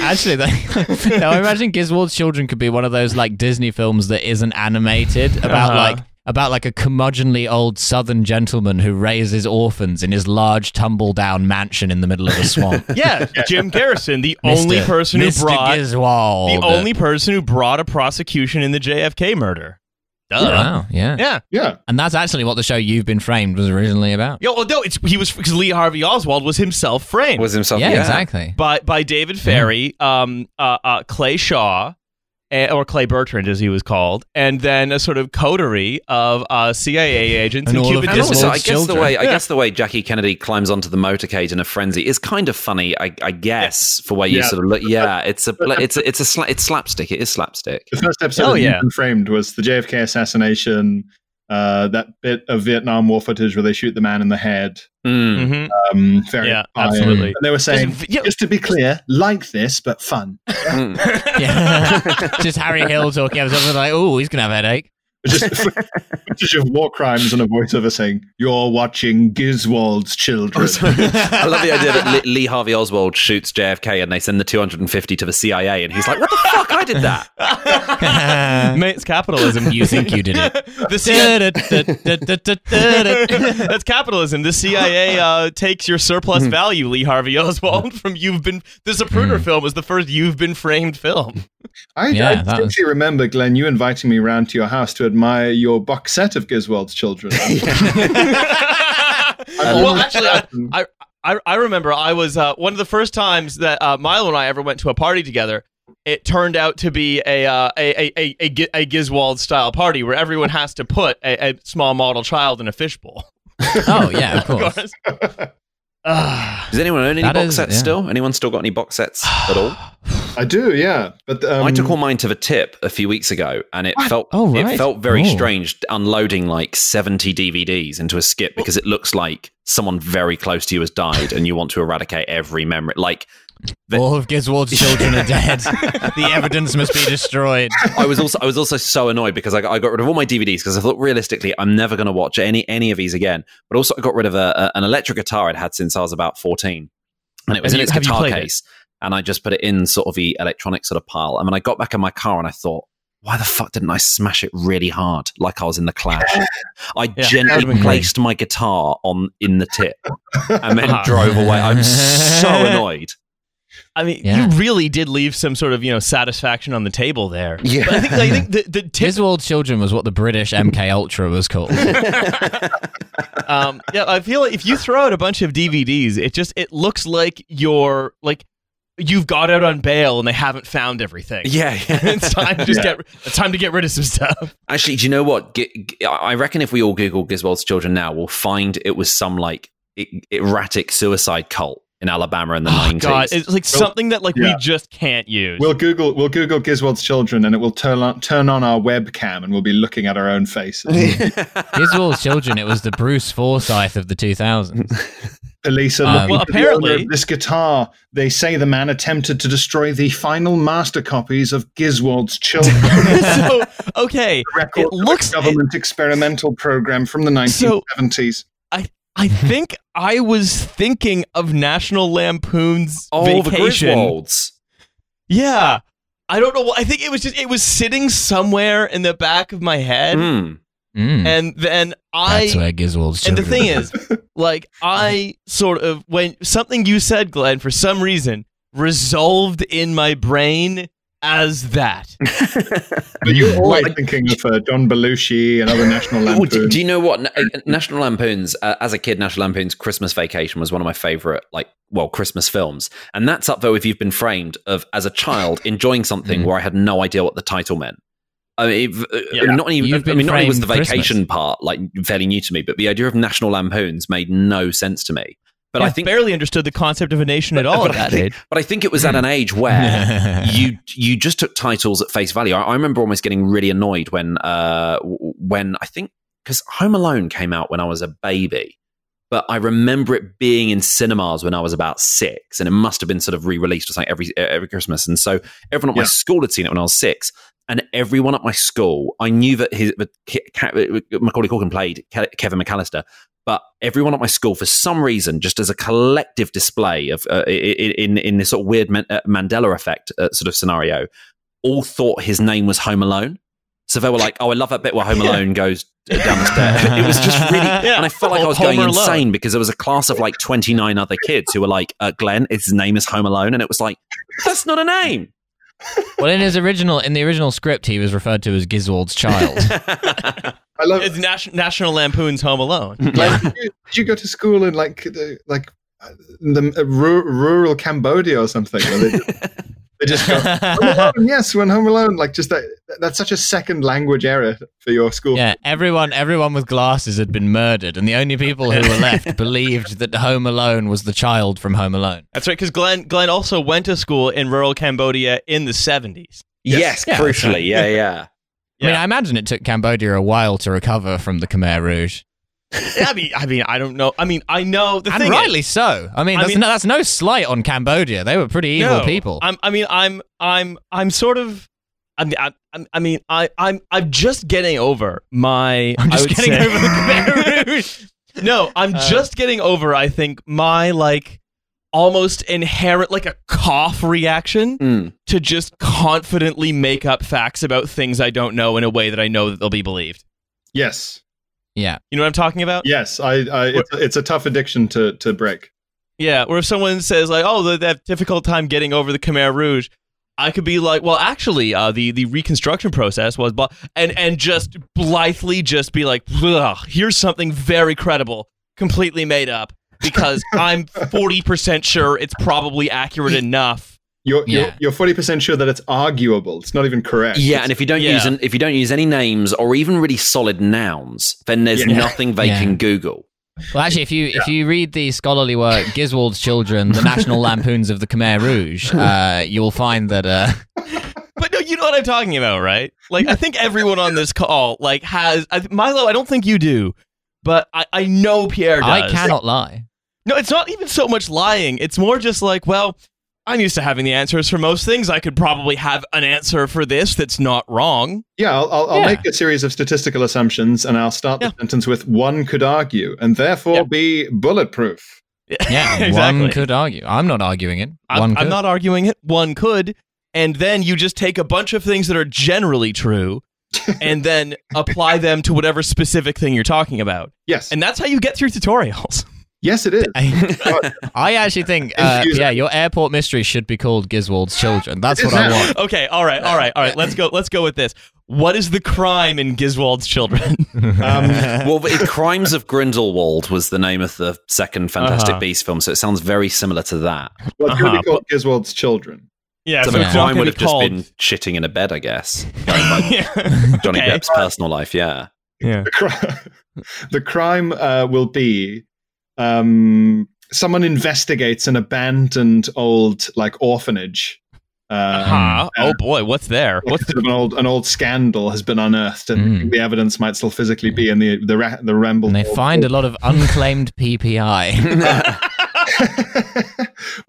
E: Actually, that, now I imagine Gizwald's Children could be one of those like Disney films that isn't animated about
C: Uh-huh.
E: like about like a curmudgeonly old southern gentleman who raises orphans in his large tumble down mansion in the middle of a swamp.
C: Yeah, Jim Garrison, the
E: Mr.
C: only person who
E: Mr.
C: brought
E: Gizwald.
C: the only person who brought a prosecution in the JFK murder. Duh.
E: Oh, Wow, yeah.
C: Yeah.
D: Yeah,
E: And that's actually what the show You've Been Framed was originally about.
C: Yo, well, no, it's he was because Lee Harvey Oswald was himself framed
B: Was himself,
E: yeah, exactly.
C: by by David Ferry, um, uh, uh, Clay Shaw, eh, or Clay Bertrand, as he was called, and then a sort of coterie of uh, CIA agents
A: And
C: and,
A: all of
C: Cuban
B: And
A: Dismal
B: also, I guess
A: children.
B: the way I
C: Yeah.
B: guess the way Jackie Kennedy climbs onto the motorcade in a frenzy is kind of funny. I, I guess for where you
D: Yeah.
B: sort of look, yeah, it's a it's a, it's a sla- it's slapstick. It is slapstick.
D: The first episode
C: Hell
D: of
C: yeah.
D: You've Been Framed was the JFK assassination, uh, that bit of Vietnam War footage where they shoot the man in the head.
B: Mm.
C: Mhm.
D: Um, very
C: Yeah,
D: fine.
C: absolutely.
D: And they were saying,
C: Just- yeah,
D: just to be clear, like this, but fun.
B: Mm.
E: Yeah. just Harry Hill talking. I was over like, oh, he's gonna have a headache.
D: It's Just footage of war crimes and a voiceover saying, you're watching Giswold's children.
B: I love the idea that Lee, Lee Harvey Oswald shoots JFK and they send the 250 to the CIA, and he's like, "What the fuck? I did that."
C: Mate, it's capitalism.
E: you think you did it?
C: the CIA, that's capitalism. The CIA uh, takes your surplus
E: Mm-hmm.
C: value, Lee Harvey Oswald, from you've been. The Zapruder film was the first you've been framed film.
D: I,
E: Yeah,
D: I
E: that
D: distinctly remember, Glenn, you inviting me round to your house to admire your box set of Giswold's children.
C: well, actually, I, I, I, I remember I was uh, one of the first times that uh, Milo and I ever went to a party together. It turned out to be a uh, a, a, a, a, Gi- a Giswold style party where everyone has to put a, a small model child in a fishbowl.
E: Oh yeah, of course.
C: Ah.
B: Does anyone own any
E: That
B: box
E: is-
B: sets
E: yeah.
B: still? Anyone still got any box sets at all?
D: I do, yeah. But um,
B: I took all mine to the tip a few weeks ago, and it felt
E: Oh,
B: it
E: right.
B: felt very
E: Oh.
B: strange unloading like seventy DVDs into a skip because it looks like someone very close to you has died, and you want to eradicate every memory. Like The-
E: All of Giswold's children are dead. the evidence must be destroyed.
B: I was also I was also so annoyed because I got, I got rid of all my DVDs because I thought realistically I'm never going to watch any any of these again. But also I got rid of a, a- an electric guitar I'd had since I was about 14, and it was
C: Have
B: in
C: you-
B: its
C: have you
B: guitar
C: played it?
B: case, and I just put it in sort of the electronic sort of pile. And when I got back in my car, and I thought, why the fuck didn't I smash it really hard like I was in the Clash? I
C: that'd
B: gently
C: been great.
B: placed my guitar on in the tip and then
C: Ah.
B: drove away. I'm so annoyed.
C: I mean,
E: Yeah.
C: you really did leave some sort of you know satisfaction on the table there.
B: Yeah.
C: But I think, I think the, the tip
E: Giswold's children was what the British MK Ultra was called.
C: um, yeah, I feel like if you throw out a bunch of DVDs, it just it looks like you're like you've got out on bail and they haven't found everything.
B: Yeah,
C: it's time to just get it's time to get rid of some stuff.
B: Actually, do you know what? G- g- I reckon if we all Google Giswold's children now, we'll find it was some like e- erratic suicide cult in Alabama in the
C: Oh, God,
B: nineties.
C: it's like something that like
D: yeah.
C: we just can't use.
D: We'll Google we'll Google Giswold's children, and it will turn on, turn on our webcam, and we'll be looking at our own faces.
E: Giswold's children, it was the Bruce Forsyth of the 2000s.
D: Police are
E: Um,
D: looking
C: Uh, Well,
D: for the owner
C: apparently-
D: of this guitar. They say the man attempted to destroy the final master copies of Giswold's children.
C: so okay,
D: record
C: it looks. it-
D: government experimental program from the 1970s.
C: I think I was thinking of National Lampoon's
B: all
C: Vacation.
B: Oh, the Griswolds.
C: Yeah. I don't know. why- I think it was just it was sitting somewhere in the back of my head,
B: Mm.
E: Mm.
C: and then
E: That's
C: I.
E: where Giswold's
C: And the
E: children.
C: thing is, like I sort of when something you said, Glenn, for some reason resolved in my brain as that.
D: But you're always
B: Like-
D: thinking of uh, John Belushi and other National
B: Oh,
D: Lampoons.
B: do, do you know what Na- uh, National Lampoon's? Uh, as a kid, National Lampoon's Christmas Vacation was one of my favorite, like, well, Christmas films, and that's up there if you've been framed of as a child enjoying something
E: Mm.
B: where I had no idea what the title meant. I mean, if- uh,
C: Yeah.
B: not even.
E: You've
B: I
E: been
B: mean, not only was the
E: framed
B: vacation part like fairly new to me, but the idea of National Lampoon's made no sense to me. But I think,
C: barely understood the concept of a nation at all at
B: but I
C: that
B: think-
C: age.
B: but I think it was at an age where you you just took titles at face value. I, I remember almost getting really annoyed when uh w- when I think because Home Alone came out when I was a baby, but I remember it being in cinemas when I was about six, and it must have been sort of re released or something every every Christmas. And so everyone at my
D: Yeah.
B: school had seen it when I was six. And everyone at my school, I knew that his that Ke- Ke- Macaulay Culkin played Ke- Kevin McAllister, but everyone at my school, for some reason, just as a collective display of uh, i- i- in in this sort of weird man- uh, Mandela effect uh, sort of scenario, all thought his name was Home Alone. So they were like, "Oh, I love that bit where Home Alone goes down the stairs." It was just really,
C: Yeah.
B: and I felt like I was
C: Homer
B: going
C: Alone.
B: insane because there was a class of like twenty nine other kids who were like, uh, "Glenn, his name is Home Alone," and it was like, "That's not a name."
E: well, in his original, in the original script, he was referred to as Giswold's child.
D: I love.
C: It's Nash- National Lampoon's Home Alone.
B: Hmm.
D: Like, did, you, did you go to school in like the, like uh, the uh, ru- rural Cambodia or something? Where they They just go, Home Alone, yes, when Home Alone, like just that, that's such a second language error for your school.
E: Yeah, everyone, everyone with glasses had been murdered, and the only people who were left believed that Home Alone was the child from Home Alone.
C: That's right, because Glenn Glenn also went to school in rural Cambodia in the seventies.
B: Yes,
E: Yeah.
B: crucially. Yeah, yeah.
E: I mean, I imagine it took Cambodia a while to recover from the Khmer Rouge,
C: I mean, I mean, I don't know. I mean, I know the
E: and
C: thing.
E: rightly so. I mean,
C: I
E: that's,
C: mean-
E: no, that's no slight on Cambodia; they were pretty
C: is,
E: evil
C: no,
E: people.
C: I'm, I mean, I'm, I'm, I'm sort of. I mean, I, I'm- I mean, I, I'm, I'm just getting over my.
E: I'm just
C: I would
E: getting
C: say-
E: over the Khmer Rouge.
C: No, I'm
E: Uh,
C: just getting over. I think my like almost inherent like a cough reaction
B: Mm.
C: to just confidently make up facts about things I don't know in a way that I know that they'll be believed.
D: Yes.
E: yeah,
C: You know what I'm talking about?
D: Yes. I, I it's, it's a tough addiction to, to break.
C: Yeah, or if someone says like, "Oh, they they have difficult time getting over the Khmer Rouge," I could be like, "Well, actually, uh, the the reconstruction process was," blah, and and just blithely just be like, "Ugh, "Here's something very credible, completely made up, because I'm forty percent sure it's probably accurate enough."
D: You're,
E: Yeah.
D: you're you're 40% sure that it's arguable. It's not even correct.
B: Yeah, and if you don't
C: Yeah.
B: use an, if you don't use any names or even really solid nouns, then there's
D: Yeah.
B: nothing they
E: Yeah.
B: can Google.
E: Well, actually, if you if you read the scholarly work Giswold's Children: The National Lampoons of the Khmer Rouge, uh, you will find that. Uh,
C: But no, you know what I'm talking about, right? Like, I think everyone on this call like has I, Milo. I don't think you do, but I, I know Pierre does.
E: I cannot lie.
C: No, it's not even so much lying. It's more just like, well, I'm used to having the answers for most things. I could probably have an answer for this that's not wrong.
D: Yeah, I'll, I'll, I'll
E: Yeah.
D: make a series of statistical assumptions and I'll start
C: Yeah.
D: the sentence with one could argue and therefore
C: Yeah.
D: be bulletproof.
E: Yeah,
C: Exactly.
E: one could argue. I'm not arguing it.
C: I'm,
E: one could.
C: I'm not arguing it. One could. And then you just take a bunch of things that are generally true and then apply them to whatever specific thing you're talking about.
D: Yes.
C: And that's how you get through tutorials.
D: yes, it is.
E: I, I actually think, uh,
D: Confusing.
E: yeah, your airport mystery should be called Giswold's Children. That's
D: It
E: what
D: is
E: I
D: now.
E: want.
C: okay, all right, all right, all right. Let's go let's go with this. What is the crime in Giswold's children?
D: Um,
B: Well, the Crimes of Grindelwald was the name of the second Fantastic
C: Uh-huh.
B: Beasts film, so it sounds very similar to that.
D: well, it's going to
C: Uh-huh,
D: be called Giswold's Children.
C: yeah,
B: so the
C: it's not
B: crime
C: gonna
B: would
C: be
B: have just
C: called-
B: been shitting in a bed, I guess. Going by Johnny
C: Okay.
B: Depp's personal life, yeah.
D: The, cri- the crime uh, will be um, someone investigates an abandoned old like orphanage. Uh,
C: Uh-huh.
D: and
C: Oh boy, what's there? What's
D: sort of an old an old scandal has been unearthed, and
E: Mm.
D: the evidence might still physically be in the the ra- the ramble.
E: And they find a lot of unclaimed PPI.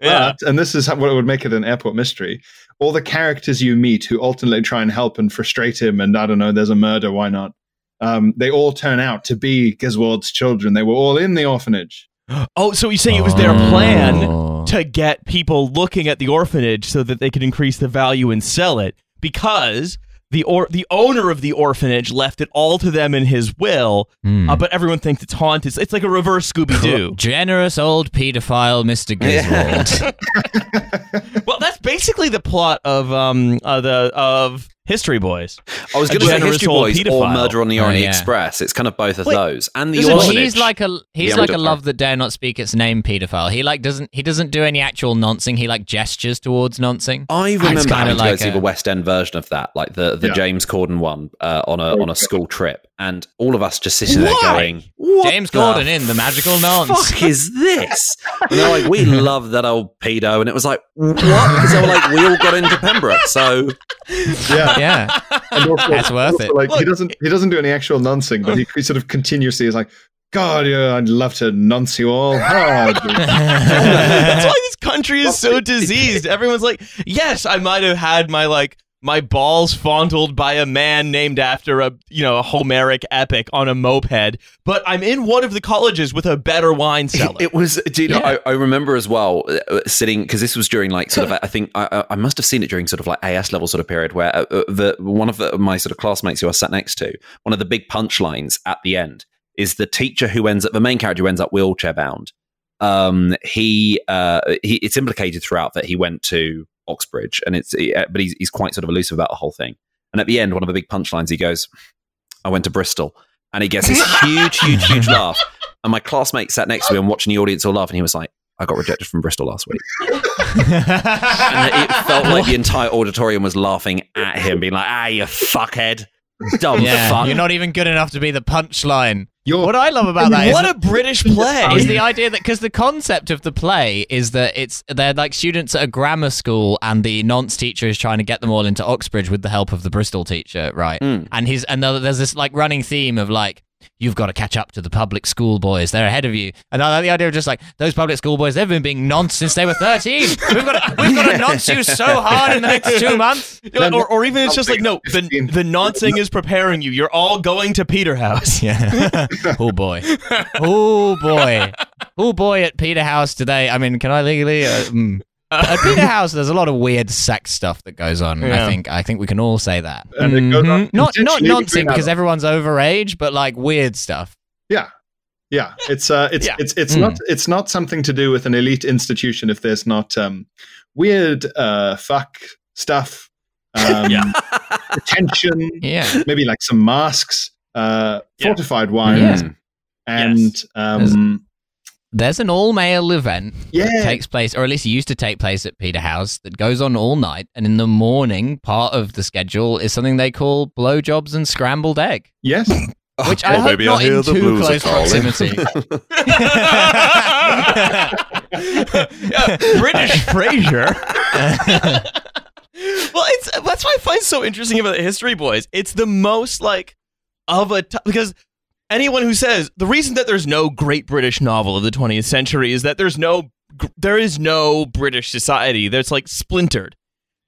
D: but,
C: Yeah.
D: and this is how- what would make it an airport mystery. All the characters you meet who ultimately try and help and frustrate him, and I don't know, there's a murder, why not? Um, they all turn out to be Giswold's children. They were all in the orphanage.
C: Oh, so you're saying it was their plan to get people looking at the orphanage so that they could increase the value and sell it because the or the owner of the orphanage left it all to them in his will, uh, but everyone thinks it's haunted. It's- It's like a reverse Scooby Doo.
E: Generous old pedophile Mr. Giswold.
C: well, that's basically the plot of um uh, the of History Boys.
B: I was
C: A
B: going to say
C: generous
B: History
C: old
B: Boys or
C: pedophile.
B: Murder on the
E: Oh,
B: Orient
E: yeah.
B: Express. It's kind of both of
C: Wait,
B: those. And the
C: doesn't-
E: well,
B: orphanage.
E: he's like a he's
B: Yeah,
E: like a
B: pedophile.
E: love that dare not speak its name pedophile. He like doesn't he doesn't do any actual noncing. He like gestures towards noncing.
B: I remember
E: kinda
B: having to go
E: like
B: see
E: a-
B: the West End version of that, like the, the
D: Yeah.
B: James Corden one uh, on a on a school trip, and all of us just sitting
C: Why?
B: there going, "What
E: James Gordon in the magical nonce.
B: fuck is this?" And they're like, "We love that old pedo," and it was like, "What?" Because they were like, "We all got into Pembroke, so
C: Oh.
D: Yeah,
E: Yeah,
D: and also,
E: that's worth
D: also,
E: it.
D: Like he
C: Look.
D: doesn't he doesn't do any actual nuncing, but he, he sort of continuously is like, God, yeah, I'd love to nunce you all hard.
C: That's why this country is so diseased. Everyone's like, yes, I might have had my like my balls fondled by a man named after a you know a Homeric epic on a moped, but I'm in one of the colleges with a better wine cellar.
B: It was, do you know,
E: Yeah.
B: I, I remember as well uh, sitting because this was during like sort of, I think I, I- I must have seen it during sort of like AS level sort of period where uh, uh, the one of the, my sort of classmates who I sat next to, one of the big punchlines at the end is the teacher who ends up, the main character who ends up wheelchair bound. Um, he, uh, he, it's implicated throughout that he went to Oxbridge and it's, he, uh, but he's, he's quite sort of elusive about the whole thing. And at the end, one of the big punchlines, he goes, I went to Bristol. And he gets this huge, huge, huge laugh. And my classmate sat next to me and watching the audience all laugh, and he was like, I got rejected from Bristol last week. And it felt like the entire auditorium was laughing at him, being like, ah, you fuckhead. Dumb
E: yeah,
B: fuck.
E: you're not even good enough to be the punchline.
D: You're-
E: What I love about that is
C: what a British play!
E: is the idea that because the concept of the play is that it's they're like students at a grammar school and the nonce teacher is trying to get them all into Oxbridge with the help of the Bristol teacher, right?
B: Mm.
E: And he's and there- there's this like running theme of like you've got to catch up to the public school boys they're ahead of you and I like the idea of just like those public school boys they've been being nonce since they were 13 we've got to, we've got to nonce you so hard in the next two months
C: Or- or, or even it's just like no, the the noncing is preparing you. You're all going to Peterhouse.
E: Yeah. oh boy. Oh boy. Oh boy. At Peterhouse today. I mean, can I legally? Uh, mm. At Peterhouse, there's a lot of weird sex stuff that goes on.
C: Yeah.
E: I think. I think we can all say that.
F: Uh,
D: and it goes on
E: Mm-hmm. Not not
D: potentially
E: nonsense
D: between
E: because
D: adults.
E: everyone's overage, but like weird stuff.
D: yeah, it's uh, it's
C: Yeah.
D: it's it's
E: Mm.
D: not it's not something to do with an elite institution if there's not um, weird uh, fuck stuff, um,
C: Yeah.
D: attention,
E: Yeah.
D: maybe like some masks, uh,
C: Yeah.
D: fortified
B: Mm,
D: wines, and
C: Yes.
D: um,
E: There's an all male event
D: yeah,
E: takes place, or at least used to take place at Peterhouse, that goes on all night, and in the morning, part of the schedule is something they call blowjobs and scrambled egg,
D: yes,
E: which I
F: Oh,
E: hope
F: baby, I
E: not
F: hear
E: in
F: the
E: too
F: blues are
E: close
F: calling.
E: proximity.
C: Yeah, British Fraser. well, it's that's what I find so interesting about the History Boys. It's the most like of a t- because anyone who says the reason that there's no great British novel of the 20th century is that there's no gr- there is no British society that's like splintered.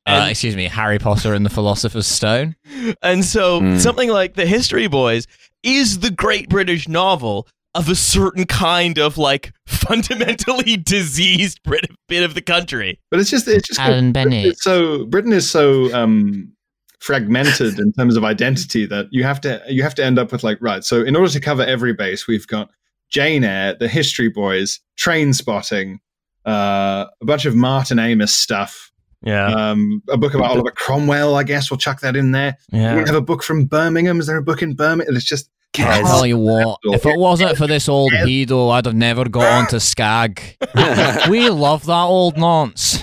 C: Um,
E: Uh, excuse me, Harry Potter and the Philosopher's Stone.
C: And so
B: Mm.
C: something like The History Boys is the great British novel of a certain kind of like fundamentally diseased Brit- bit of the country.
D: but it's just it's just
E: Alan Bennett.
D: it's so Britain is so um, fragmented in terms of identity that you have to you have to end up with like right. So in order to cover every base, we've got Jane Eyre, The History Boys, Train Spotting, uh, a bunch of Martin Amis stuff.
C: Yeah.
D: Um, a book about Oliver Cromwell, I guess. We'll chuck that in there. We
C: Yeah.
D: have a book from Birmingham. Is there a book in Birmingham? It's just
E: I'll tell you what, if it wasn't for this old
D: Yes.
E: pedo, I'd have never got onto Skag.
B: Yeah.
E: We love that old nonce.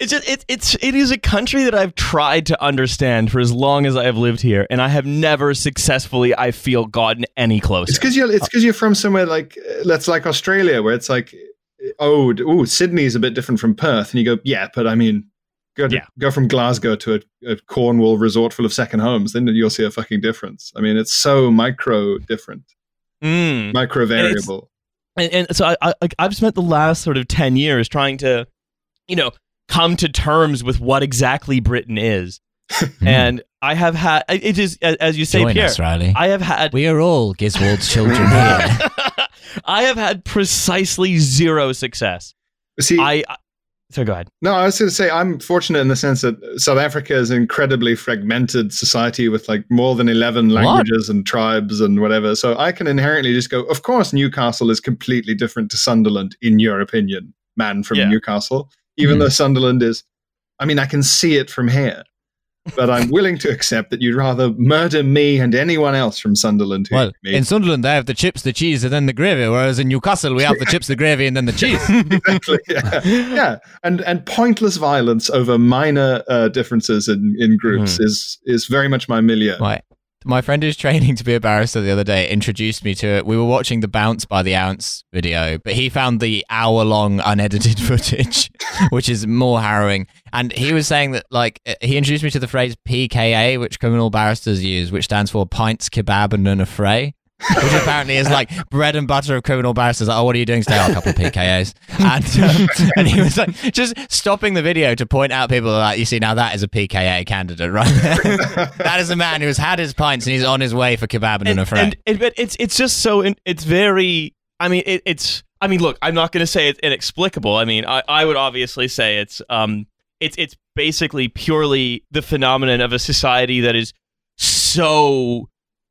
C: It's just it, it's it is a country that I've tried to understand for as long as I have lived here and I have never successfully I feel gotten any
D: It's
C: closer.
D: because you're it's because you're from somewhere like uh, that's like Australia, where it's like oh, d- ooh, Sydney's a bit different from Perth, and you go yeah, but I mean, go to,
C: Yeah.
D: go from Glasgow to a, a Cornwall resort full of second homes, then you'll see a fucking difference. I mean, it's so micro different,
C: Mm.
D: micro
C: it's-
D: variable.
C: and, and so I, I like I've spent the last sort of ten years trying to, you know, come to terms with what exactly Britain is, and I have had I- it is a- as you say,
E: Hmm. Join
C: Pierre.
E: us, Riley.
C: I have had
E: We are all Giswold's children here.
C: I have had precisely zero success.
D: See,
C: I, I so go ahead.
D: No, I was going to say I'm fortunate in the sense that South Africa is an incredibly fragmented society with like more than eleven
E: What?
D: languages and tribes and whatever. So I can inherently just go. Of course, Newcastle is completely different to Sunderland, in your opinion, man from
C: Yeah.
D: Newcastle. Even
E: Hmm.
D: though Sunderland is, I mean, I can see it from here, but I'm willing to accept that you'd rather murder me and anyone else from Sunderland who
E: Well,
D: me.
E: in Sunderland, they have the chips, the cheese, and then the gravy, whereas in Newcastle, we have the chips, the gravy, and then the cheese.
D: exactly. Yeah. Yeah. and and pointless violence over minor uh, differences in in groups is is very much my milieu.
E: My my friend who's training to be a barrister the other day introduced me to it. We were watching the bounce by the ounce video, but he found the hour long unedited footage, which is more harrowing. And he was saying that like uh, he introduced me to the phrase PKA, which criminal barristers use, which stands for pints, kebab, and an affray. Which apparently is like bread and butter of criminal barristers. Like, oh, what are you doing today? Oh, a couple of PKAs. And, um, and he was like, just stopping the video to point out people like, you see, now that is a PKA candidate right there. That is a man who has had his pints and he's on his way for kebab and, an
C: and,
E: affray.
C: and it, but it's it's just so in, it's very i mean it, it's i mean look i'm not going to say it's inexplicable i mean I, I would obviously say it's um it's it's basically purely the phenomenon of a society that is so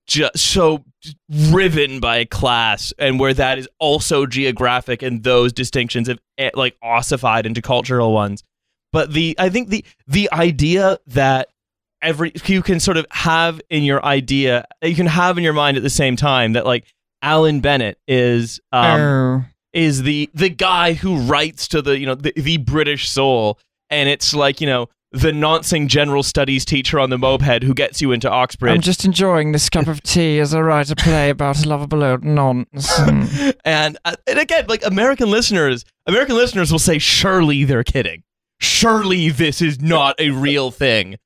C: just so riven by class and where that is also geographic and those distinctions have eh, like ossified into cultural ones but the i think the the idea that every you can sort of have in your idea you can have in your mind at the same time that like Alan Bennett is um, is the the guy who writes to the you know the, the British soul, and it's like you know the noncing general studies teacher on the moped who gets you into Oxbridge.
F: Oh, I'm just enjoying this cup of tea as I write a play about a lovable old nonce. Mm.
C: and uh, and again, like American listeners, American listeners will say, surely they're kidding. Surely this is not a real thing.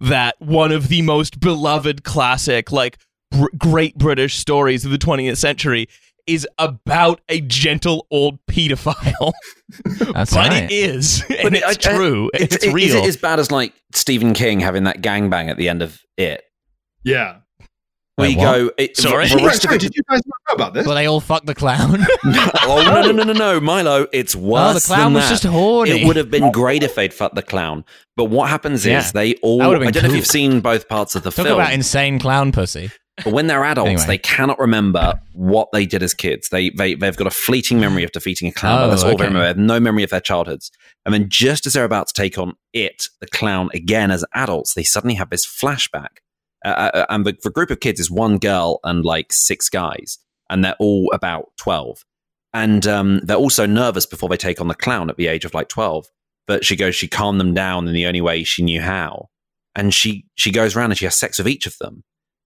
C: That one of the most beloved classic, like br- great British stories of the 20th century, is about a gentle old pedophile.
E: That's
C: but
E: right.
C: it is,
B: But
C: and
B: it-
C: it's
B: I- I-
C: true. it's
B: Is-
C: real.
B: Is it as bad as like Stephen King having that gangbang at the end of it?
D: Yeah.
B: We
E: Wait, what?
B: go. It,
C: Sorry?
B: the rest of
D: Sorry,
B: it-
D: did you guys not know about this?
E: well, they all fuck the clown.
B: oh no, no, no, no, no, Milo! It's worse
E: oh, the clown
B: than
E: was
B: that.
E: just horny.
B: It would have been great if they'd fucked the clown. But what happens
E: Yeah.
B: is they all. I
E: That
B: don't
E: would've been
B: know if
E: cool.
B: you've seen both parts of the
E: Talk
B: film.
E: about insane clown pussy.
B: but when they're adults,
E: Anyway.
B: they cannot remember what they did as kids. They, they, they've got a fleeting memory of defeating a clown. but
E: Oh,
B: that's all
E: okay.
B: they remember. They have no memory of their childhoods. And then just as they're about to take on it, the clown, again as adults, they suddenly have this flashback. Uh, uh, and the, the group of kids is one girl and like six guys. And they're all about 12 and um, they're also nervous before they take on the clown at the age of like 12 but she goes she calmed them down in the only way she knew how and she she goes around and she has sex with each of them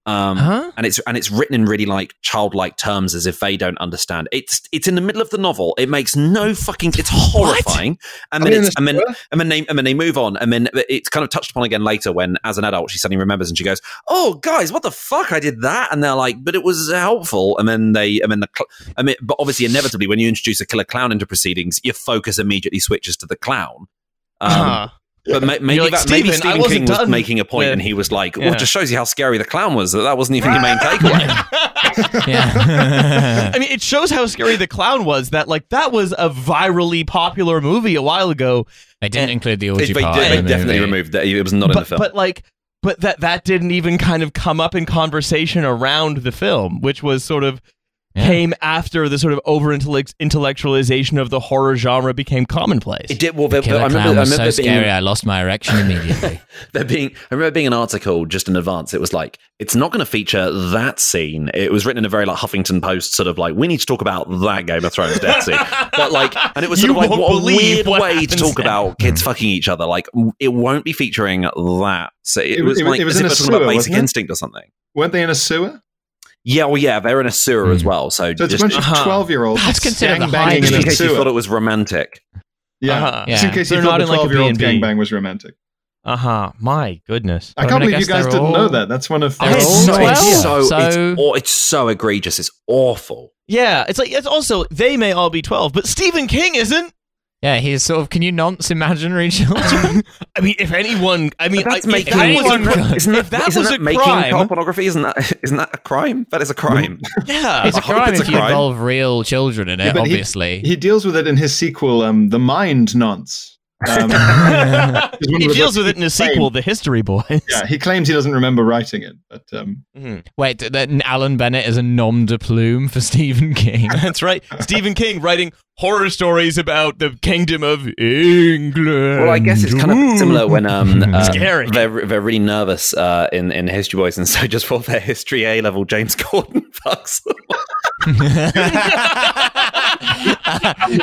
B: um,
C: Huh?
B: and it's and it's written in really like childlike terms as if they don't understand it's it's in the middle of the novel it makes no fucking it's horrifying and then it's, and then and then they and then they move on and then it's kind of touched upon again later when as an adult she suddenly remembers and she goes oh guys what the fuck i did that and they're like but it was helpful and then they and then the cl- i mean but obviously inevitably when you introduce a killer clown into proceedings your focus immediately switches to the clown um,
C: Huh.
B: But ma- maybe,
C: like,
B: that, maybe
C: "Stephen, I
B: Stephen
C: wasn't
B: King was
C: done
B: making a point
C: with-
B: and he was like, well,
C: Yeah.
B: it just shows you how scary the clown was. That that wasn't even your main takeaway.
E: Yeah.
C: I mean, it shows how scary the clown was. That like that was a virally popular movie a while ago,
E: they didn't
C: Eh,
E: include the
B: They,
E: orgy
B: they
E: part.
B: did- they
E: in the
B: definitely
E: movie.
B: removed that. It was not in the
C: but,
B: film.
C: but like but that that didn't even kind of come up in conversation around the film which was sort of
E: Yeah.
C: came after the sort of over intellectualization of the horror genre became commonplace
B: it did. Well, there-
E: Killer
B: I remember,
E: clown
B: I
E: was
B: remember
E: so
B: being,
E: scary. I lost my erection immediately.
B: there being I remember being an article just in advance. It was like it's not going to feature that scene. It was written in a very like Huffington Post sort of like we need to talk about that Game of Thrones death scene. But like, and it was sort
C: You
B: of like
C: won't
B: what a
C: believe
B: weird
C: what
B: way to
C: happens
B: talk
C: then.
B: about kids fucking each other. Like it won't be featuring that. So it,
D: It-
B: was
D: it-
B: like
D: it was
B: as
D: in
B: if
D: a
B: we're talking about
D: sewer,
B: Basic
D: wasn't it?
B: Instinct or something.
D: Weren't they in a sewer?
B: Yeah, well, yeah, they're in a sewer as
E: Hmm.
B: well. So,
D: So it's
B: just,
D: a bunch of
C: Uh-huh.
D: 12 year olds.
E: That's considered the
D: banging
E: highest
B: just
D: in
B: in
D: a
B: case you thought
D: sewer.
B: it was romantic.
D: Yeah.
C: uh-huh
E: Yeah.
D: Just in case
C: They're
D: you
C: not
D: thought the
C: in, like, a
D: 12 year old
C: B&B.
D: gangbang was romantic.
C: uh-huh my goodness
D: I
E: Well,
D: can't
E: I mean, I
D: believe you
E: guess
D: guys
E: they're
D: didn't
E: all-
D: know that. That's one of
E: They're
D: They're
E: all
B: It's so, it's
E: 12,
B: so,
E: so-
B: It's, aw- it's so egregious. It's awful.
C: yeah it's like it's also they may all be 12 but stephen king isn't
E: yeah, he's sort of. Can you nonce imaginary children?
C: i mean if anyone i mean
B: But that's
C: I, if
B: making-
C: that was a
E: anyone-
C: cri-
B: Isn't
C: if that
B: isn't
C: was
B: that
C: a
B: making
C: crime-
B: child pornography? Isn't that isn't that a crime? That is a crime.
C: yeah
E: it's a
B: I hope
E: crime
B: it's a
E: if you
B: crime.
E: involve real children in it.
D: Yeah, but he-
E: obviously,
D: He deals with it in his sequel, um, The Mind Nonce. Um,
C: he deals with it in a sequel the history boys
D: yeah, he claims he doesn't remember writing it, but um,
C: Mhm.
E: wait, th- that Alan Bennett is a nom de plume for Stephen King.
C: That's right. Stephen King writing horror stories about the kingdom of England.
B: Well, I guess it's kind of similar when um, uh,
C: Scary.
B: they're they're really nervous uh, in in History Boys, and so just for their History A level, James Corden fucks. them.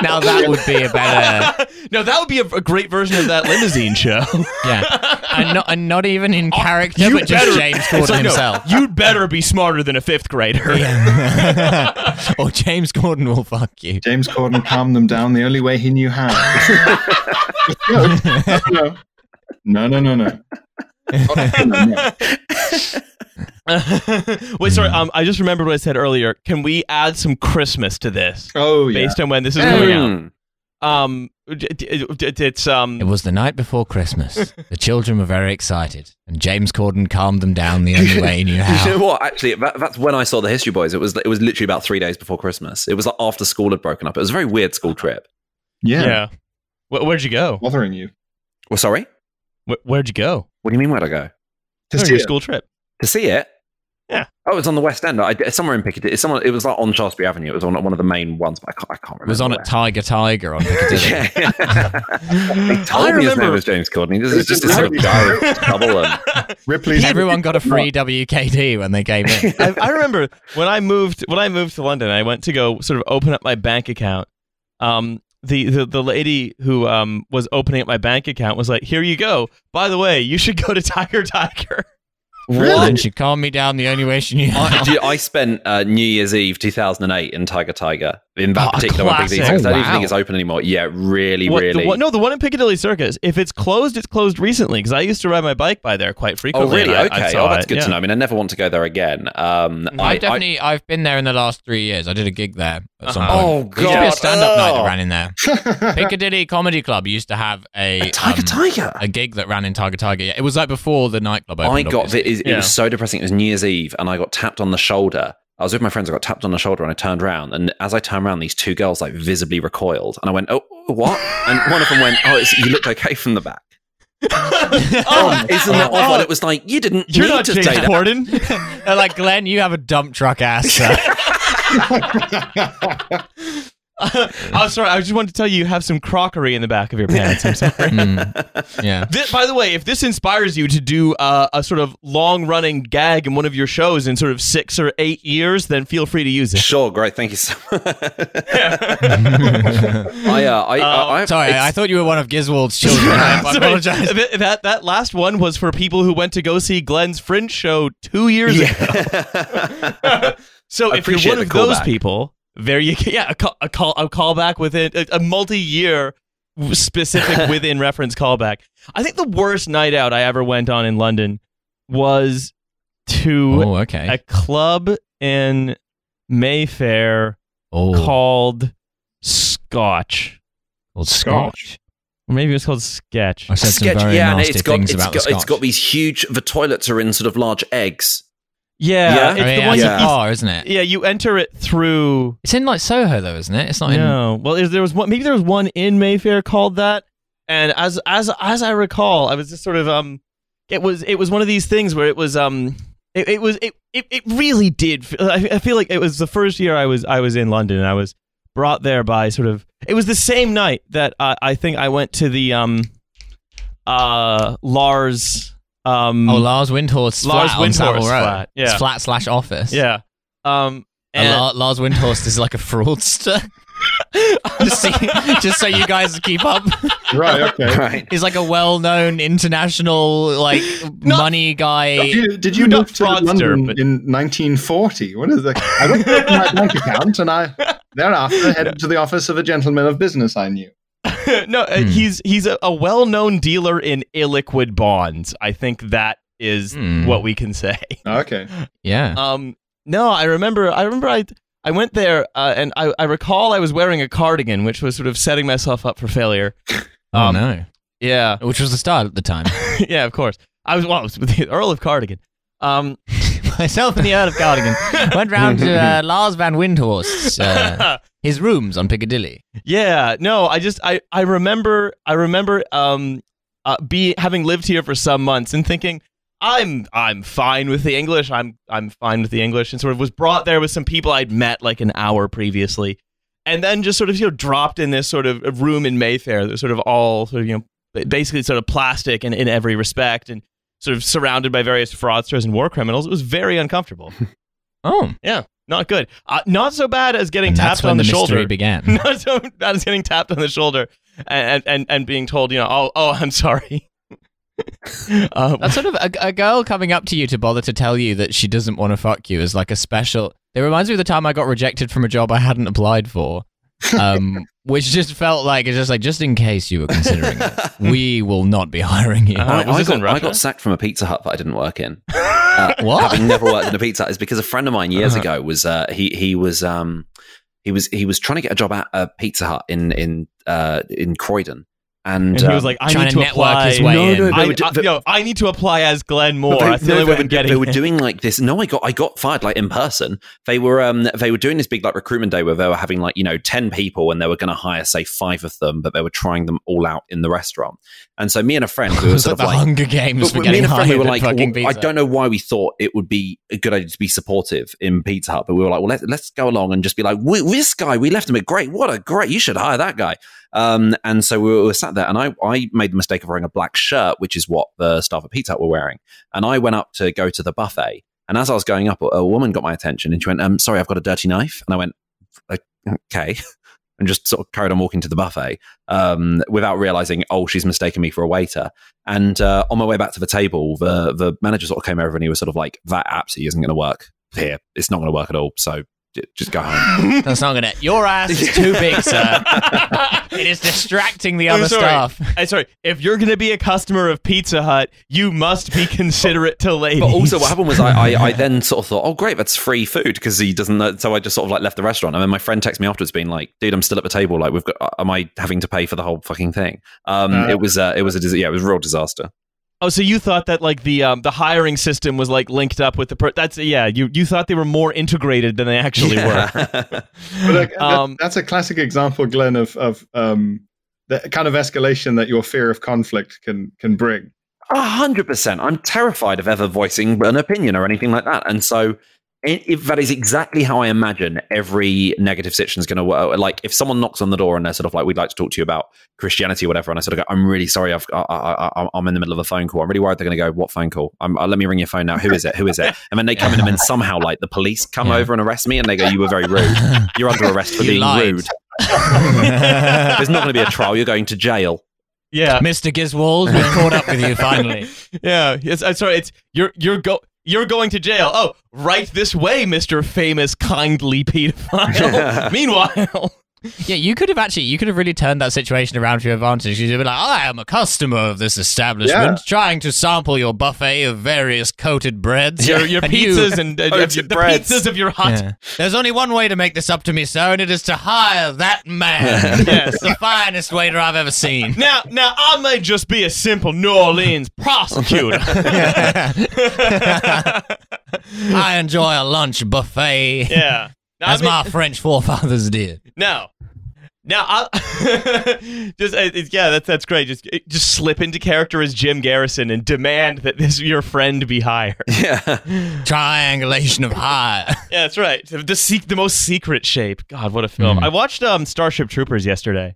E: now that would be a better.
C: no, that would be a, a great version of that limousine show.
E: Yeah, and not and not even in character,
C: Oh, You
E: but just
C: better-
E: James
C: It's
E: Corden
C: like, no,
E: himself.
C: you'd better be smarter than a fifth grader.
E: or James Corden will fuck you.
D: James Corden calmed them down the only way he knew how. no, no, no, no, no, no.
C: Wait, sorry. Um, I just remembered what I said earlier. Can we add some Christmas to this,
D: Oh yeah,
C: based on when this is
D: Yeah.
C: coming out?
B: Mm.
C: Um, d- d- d- d- it's um.
E: It was the night before Christmas. The children were very excited, and James Corden calmed them down the only way he knew
B: You know
E: how.
B: what? Actually, that, that's when I saw the History Boys. It was it was literally about three days before Christmas. It was like after school had broken up. It was a very weird school trip.
D: yeah.
C: yeah. Wh- Where'd you go?
D: Bothering you
B: Well, sorry.
C: Wh- Where'd you go?
B: What do you mean? Where'd I go
D: to
C: Oh,
D: see
C: your
D: it.
C: school trip.
B: to see it? Oh, it was on the West End. I, somewhere in Piccadilly. It's Someone, it was like on Shaftesbury Avenue. It was on one of the main ones, but I can't, I can't
E: It
B: remember.
E: was on at Tiger Tiger on Piccadilly.
B: Yeah. he told
C: I
B: me his name
C: remember-
B: was James Courtney. This is
D: It's
B: just a sort of guy with trouble and
D: Ripley's
E: Everyone got a free WKD when they came in.
C: I, I remember when I moved when I moved to London, I went to go sort of open up my bank account. Um, the, the the lady who um was opening up my bank account was like, "Here you go. By the way, you should go to Tiger Tiger."
E: Really? And she calmed me down the only way she knew
B: I,
E: how.
B: do you- I spent uh, New Year's Eve 2008 in Tiger Tiger in that
E: Oh, a
B: particular one. Piccadilly
E: classic.
B: Circus. I don't even
E: Wow.
B: think it's open anymore. Yeah, really,
C: What- the
B: really.
C: one- no, the one in Piccadilly Circus. If it's closed, it's closed recently because I used to ride my bike by there quite
B: oh,
C: frequently.
B: really?
C: and I- I
B: okay.
C: saw
B: oh, that's
C: it,
B: good
C: yeah.
B: to know. I mean, I never want to go there again. Um, I,
E: I've definitely I, have been there in the last three years. I did a gig there at some
C: Uh-huh.
E: point.
B: Oh,
E: There used to be a
B: God.
E: stand-up night
B: Oh.
E: that ran in there. Piccadilly Comedy Club used to have a,
B: I, Tiger
E: um,
B: Tiger.
E: a gig that got- ran in Tiger Tiger. Yeah, it was like before the nightclub opened.
B: I got
E: obviously.
B: it, it,
C: Yeah.
B: was so depressing. It was New Year's Eve, and I got tapped on the shoulder. I was with my friends. I got tapped on the shoulder, and I turned around. And as I turned around, these two girls like visibly recoiled, and I went, "Oh, what?" And one of them went, "Oh, it's, you looked okay from the back."
C: Oh,
B: Isn't that odd? Well, It was like you didn't
C: You're
B: need
C: not
B: to
C: James
B: say that.
C: Corden.
E: They're like, Glenn, you have a dump truck ass. sir."
C: I'm sorry. I just wanted to tell you you have some crockery in the back of your pants. I'm sorry.
E: Mm. Yeah.
C: Thi- by the way, if this inspires you to do uh, a sort of long running gag in one of your shows in sort of six or eight years, then feel free to use it.
B: Sure, great. Thank you so much. I, uh, I, I, I,
E: Sorry, I thought you were one of Giswold's children. I
C: Sorry.
E: apologize.
C: Th- That, that last one was for people who went to go see Glenn's Fringe show two years ago.
B: Yeah.
C: So
B: I
C: if you're
B: appreciate
C: one
B: the
C: of those
B: callback.
C: people, there you go. Yeah, a call, a call, a callback within a, a multi-year w- specific within reference callback. I think the worst night out I ever went on in London was to
E: Oh,
C: a
E: okay.
C: club in Mayfair
E: Oh,
C: called Scotch.
E: called Scotch.
C: Or maybe it was called Sketch.
E: I said some
B: Sketch-
E: very
B: yeah, and
E: nasty
B: it's got,
E: things
B: it's
E: about
B: got,
E: the Scotch.
B: it's got these huge. The toilets are in sort of large eggs.
C: Yeah, it's
B: Yeah?
E: Oh,
C: the
E: yeah,
C: one
E: it's
C: you-
E: a
B: yeah.
E: bar, isn't it?
C: yeah, you enter it through.
E: It's in like Soho, though, isn't it? It's not in.
C: No, well, is- there was one. Maybe there was one in Mayfair called that. And as as as I recall, I was just sort of um, it was it was one of these things where it was um, it, it was it, it it really did. Feel, I, I feel like it was the first year I was I was in London. and I was brought there by sort of. It was the same night that I, I think I went to the um, uh, Lars um,
E: Oh, Lars Windhorst's
C: Lars
E: flat on Savile
C: Windhorst's
E: Row.
C: flat, yeah.
E: It's flat slash office.
C: yeah, um,
E: And
C: and
E: La- Lars Windhorst is like a fraudster. just, so just so you guys keep up,
D: right, okay.
B: Right.
E: he's like a well-known international like
C: Not-
E: money guy.
D: Did you, did you
C: Not
D: move to
C: fraudster,
D: London
C: but-
D: in 1940? What is that? I went to open my bank account and I thereafter headed to the office of a gentleman of business I knew.
C: no, uh
E: Hmm.
C: he's he's a, a well-known dealer in illiquid bonds. I think that is
E: Hmm.
C: what we can say.
D: Okay.
E: Yeah.
C: Um, no, I remember. I remember. I I went there, uh, and I, I recall I was wearing a cardigan, which was sort of setting myself up for failure.
E: oh
C: um,
E: no.
C: Yeah,
E: Which was the style at the time.
C: yeah, of course. I was well, I was with the Earl of Cardigan. Um,
E: Myself and the Earl of Cardigan went round to uh, Lars Van Windhorst's uh, his rooms on Piccadilly.
C: Yeah, no, I just I I remember I remember um uh, be having lived here for some months and thinking I'm I'm fine with the English. I'm I'm fine with the English and sort of was brought there with some people I'd met like an hour previously. And then just sort of you know dropped in this sort of uh, room in Mayfair that was sort of all sort of you know ba- basically sort of plastic and in every respect and sort of surrounded by various fraudsters and war criminals. It was very uncomfortable.
E: Oh,
C: Not good. Uh, not so bad as getting
E: and that's
C: tapped
E: when
C: on the,
E: mystery
C: shoulder
E: began.
C: not so bad as getting tapped on the shoulder and and, and being told, you know, oh, oh I'm sorry. uh,
E: That's sort of a, a girl coming up to you to bother to tell you that she doesn't want to fuck you is like a special. It reminds me of the time I got rejected from a job I hadn't applied for, um, which just felt like it's just like just in case you were considering it, we will not be hiring you.
C: Uh,
B: I,
C: was
B: I
C: this in
B: got, I
C: Russia?
B: got sacked from a Pizza Hut that I didn't work in. Uh,
E: What?
B: Having never worked in a Pizza Hut is because a friend of mine years
E: Uh-huh.
B: ago was uh, he he was um he was he was trying to get a job at a Pizza Hut in in uh, in Croydon.
C: And
B: and,
C: he was
B: um,
C: like, I
E: trying
C: need
E: to
C: to
E: network
C: apply.
E: his way
B: No,
E: in.
B: no,
C: I,
B: They were ju-
C: I-
B: they-
C: no, I need to apply as Glenn Moore.
B: They-
C: That's the
B: no,
C: only way
B: they,
C: I'm
B: were,
C: getting
B: they were
C: it.
B: doing like this. No, I got I got fired like in person. They were um they were doing this big like recruitment day where they were having like you know ten people and they were going to hire say five of them, but they were trying them all out in the restaurant. And so me and a friend we
E: It
B: were
E: was
B: sort
E: like the
B: of like
E: Hunger Games for
B: but me
E: getting
B: and a friend,
E: hired
B: we were
E: at
B: like,
E: fucking
B: well, I
E: Pizza.
B: don't know why we thought it would be a good idea to be supportive in Pizza Hut, but we were like, well, let's, let's go along and just be like, we, this guy, we left him a great, what a great, you should hire that guy. Um, and so we were, we were sat there, and I, I made the mistake of wearing a black shirt, which is what the staff at Pizza Hut were wearing. And I went up to go to the buffet, and as I was going up, a, a woman got my attention, and she went, um, sorry, I've got a dirty knife. And I went, okay. And just sort of carried on walking to the buffet um, without realizing, oh, she's mistaken me for a waiter. And uh, on my way back to the table, the the manager sort of came over and he was sort of like, "That absolutely isn't going to work here. It's not going to work at all. So j- just go home."
E: That's not gonna. Your ass is too big, sir. it is distracting the
C: I'm
E: other
C: sorry.
E: staff.
C: I'm sorry. If you're going to be a customer of Pizza Hut, you must be considerate to ladies.
B: But also, what happened was I, I I then sort of thought, "Oh, great, that's free food," because he doesn't. know. So I just sort of like left the restaurant. And then my friend texted me afterwards, being like, "Dude, I'm still at the table. Like, we've got. uh, Am I having to pay for the whole fucking thing?" Um,
D: Uh.
B: it was uh, it was a dis- yeah, it was a real disaster.
C: Oh, so you thought that like the um, the hiring system was like linked up with the per- that's yeah you you thought they were more integrated than they actually were.
B: were.
D: But like, that-
C: Um,
D: that's a classic example, Glenn, of of um, the kind of escalation that your fear of conflict can can bring.
B: A hundred percent. I'm terrified of ever voicing an opinion or anything like that, and so i- if that is exactly how I imagine every negative situation is going to work. Like if someone knocks on the door and they're sort of like, "We'd like to talk to you about Christianity or whatever," and I sort of go, "I'm really sorry, I've, I, I, I, I'm in the middle of a phone call. I'm really worried they're going to go, what phone call? I'm, uh, let me ring your phone now. Who is it? Who is it?" And then they come in and then somehow like the police come
E: Yeah.
B: over and arrest me, and they go, "You were very rude. You're under arrest for
E: You
B: being
E: lied.
B: rude. There's not going to be a trial. You're going to jail." Uh,
C: yeah,
E: Mr. Giswold, we caught up with you finally.
C: yeah. Yes, I'm sorry. It's you're you're go you're going to jail. Oh, right this way, Mister Famous Kindly Pedophile. Meanwhile,
E: Yeah, you could have actually, you could have really turned that situation around to your advantage. You'd be like, I am a customer of this establishment, trying to sample your buffet of various coated breads.
C: your your
E: And you-
C: pizzas and, uh,
B: Oats
C: the
B: and breads.
C: pizzas of your hut.
E: Yeah. There's only one way to make this up to me, sir, and it is to hire that man.
C: Yes.
E: the finest waiter I've ever seen.
C: Now, now I may just be a simple New Orleans prosecutor.
E: I enjoy a lunch buffet.
C: yeah. Now,
E: As
C: I mean- uh,
E: my French forefathers did.
C: No. No, I just it, it's- yeah, that's that's great. Just it- just slip into character as Jim Garrison and demand that this your friend be hired.
B: Yeah.
E: Triangulation of hire.
C: yeah, that's right. The, the seek the most secret shape. God, what a film!
B: Hmm.
E: Mm.
C: I watched um Starship Troopers yesterday.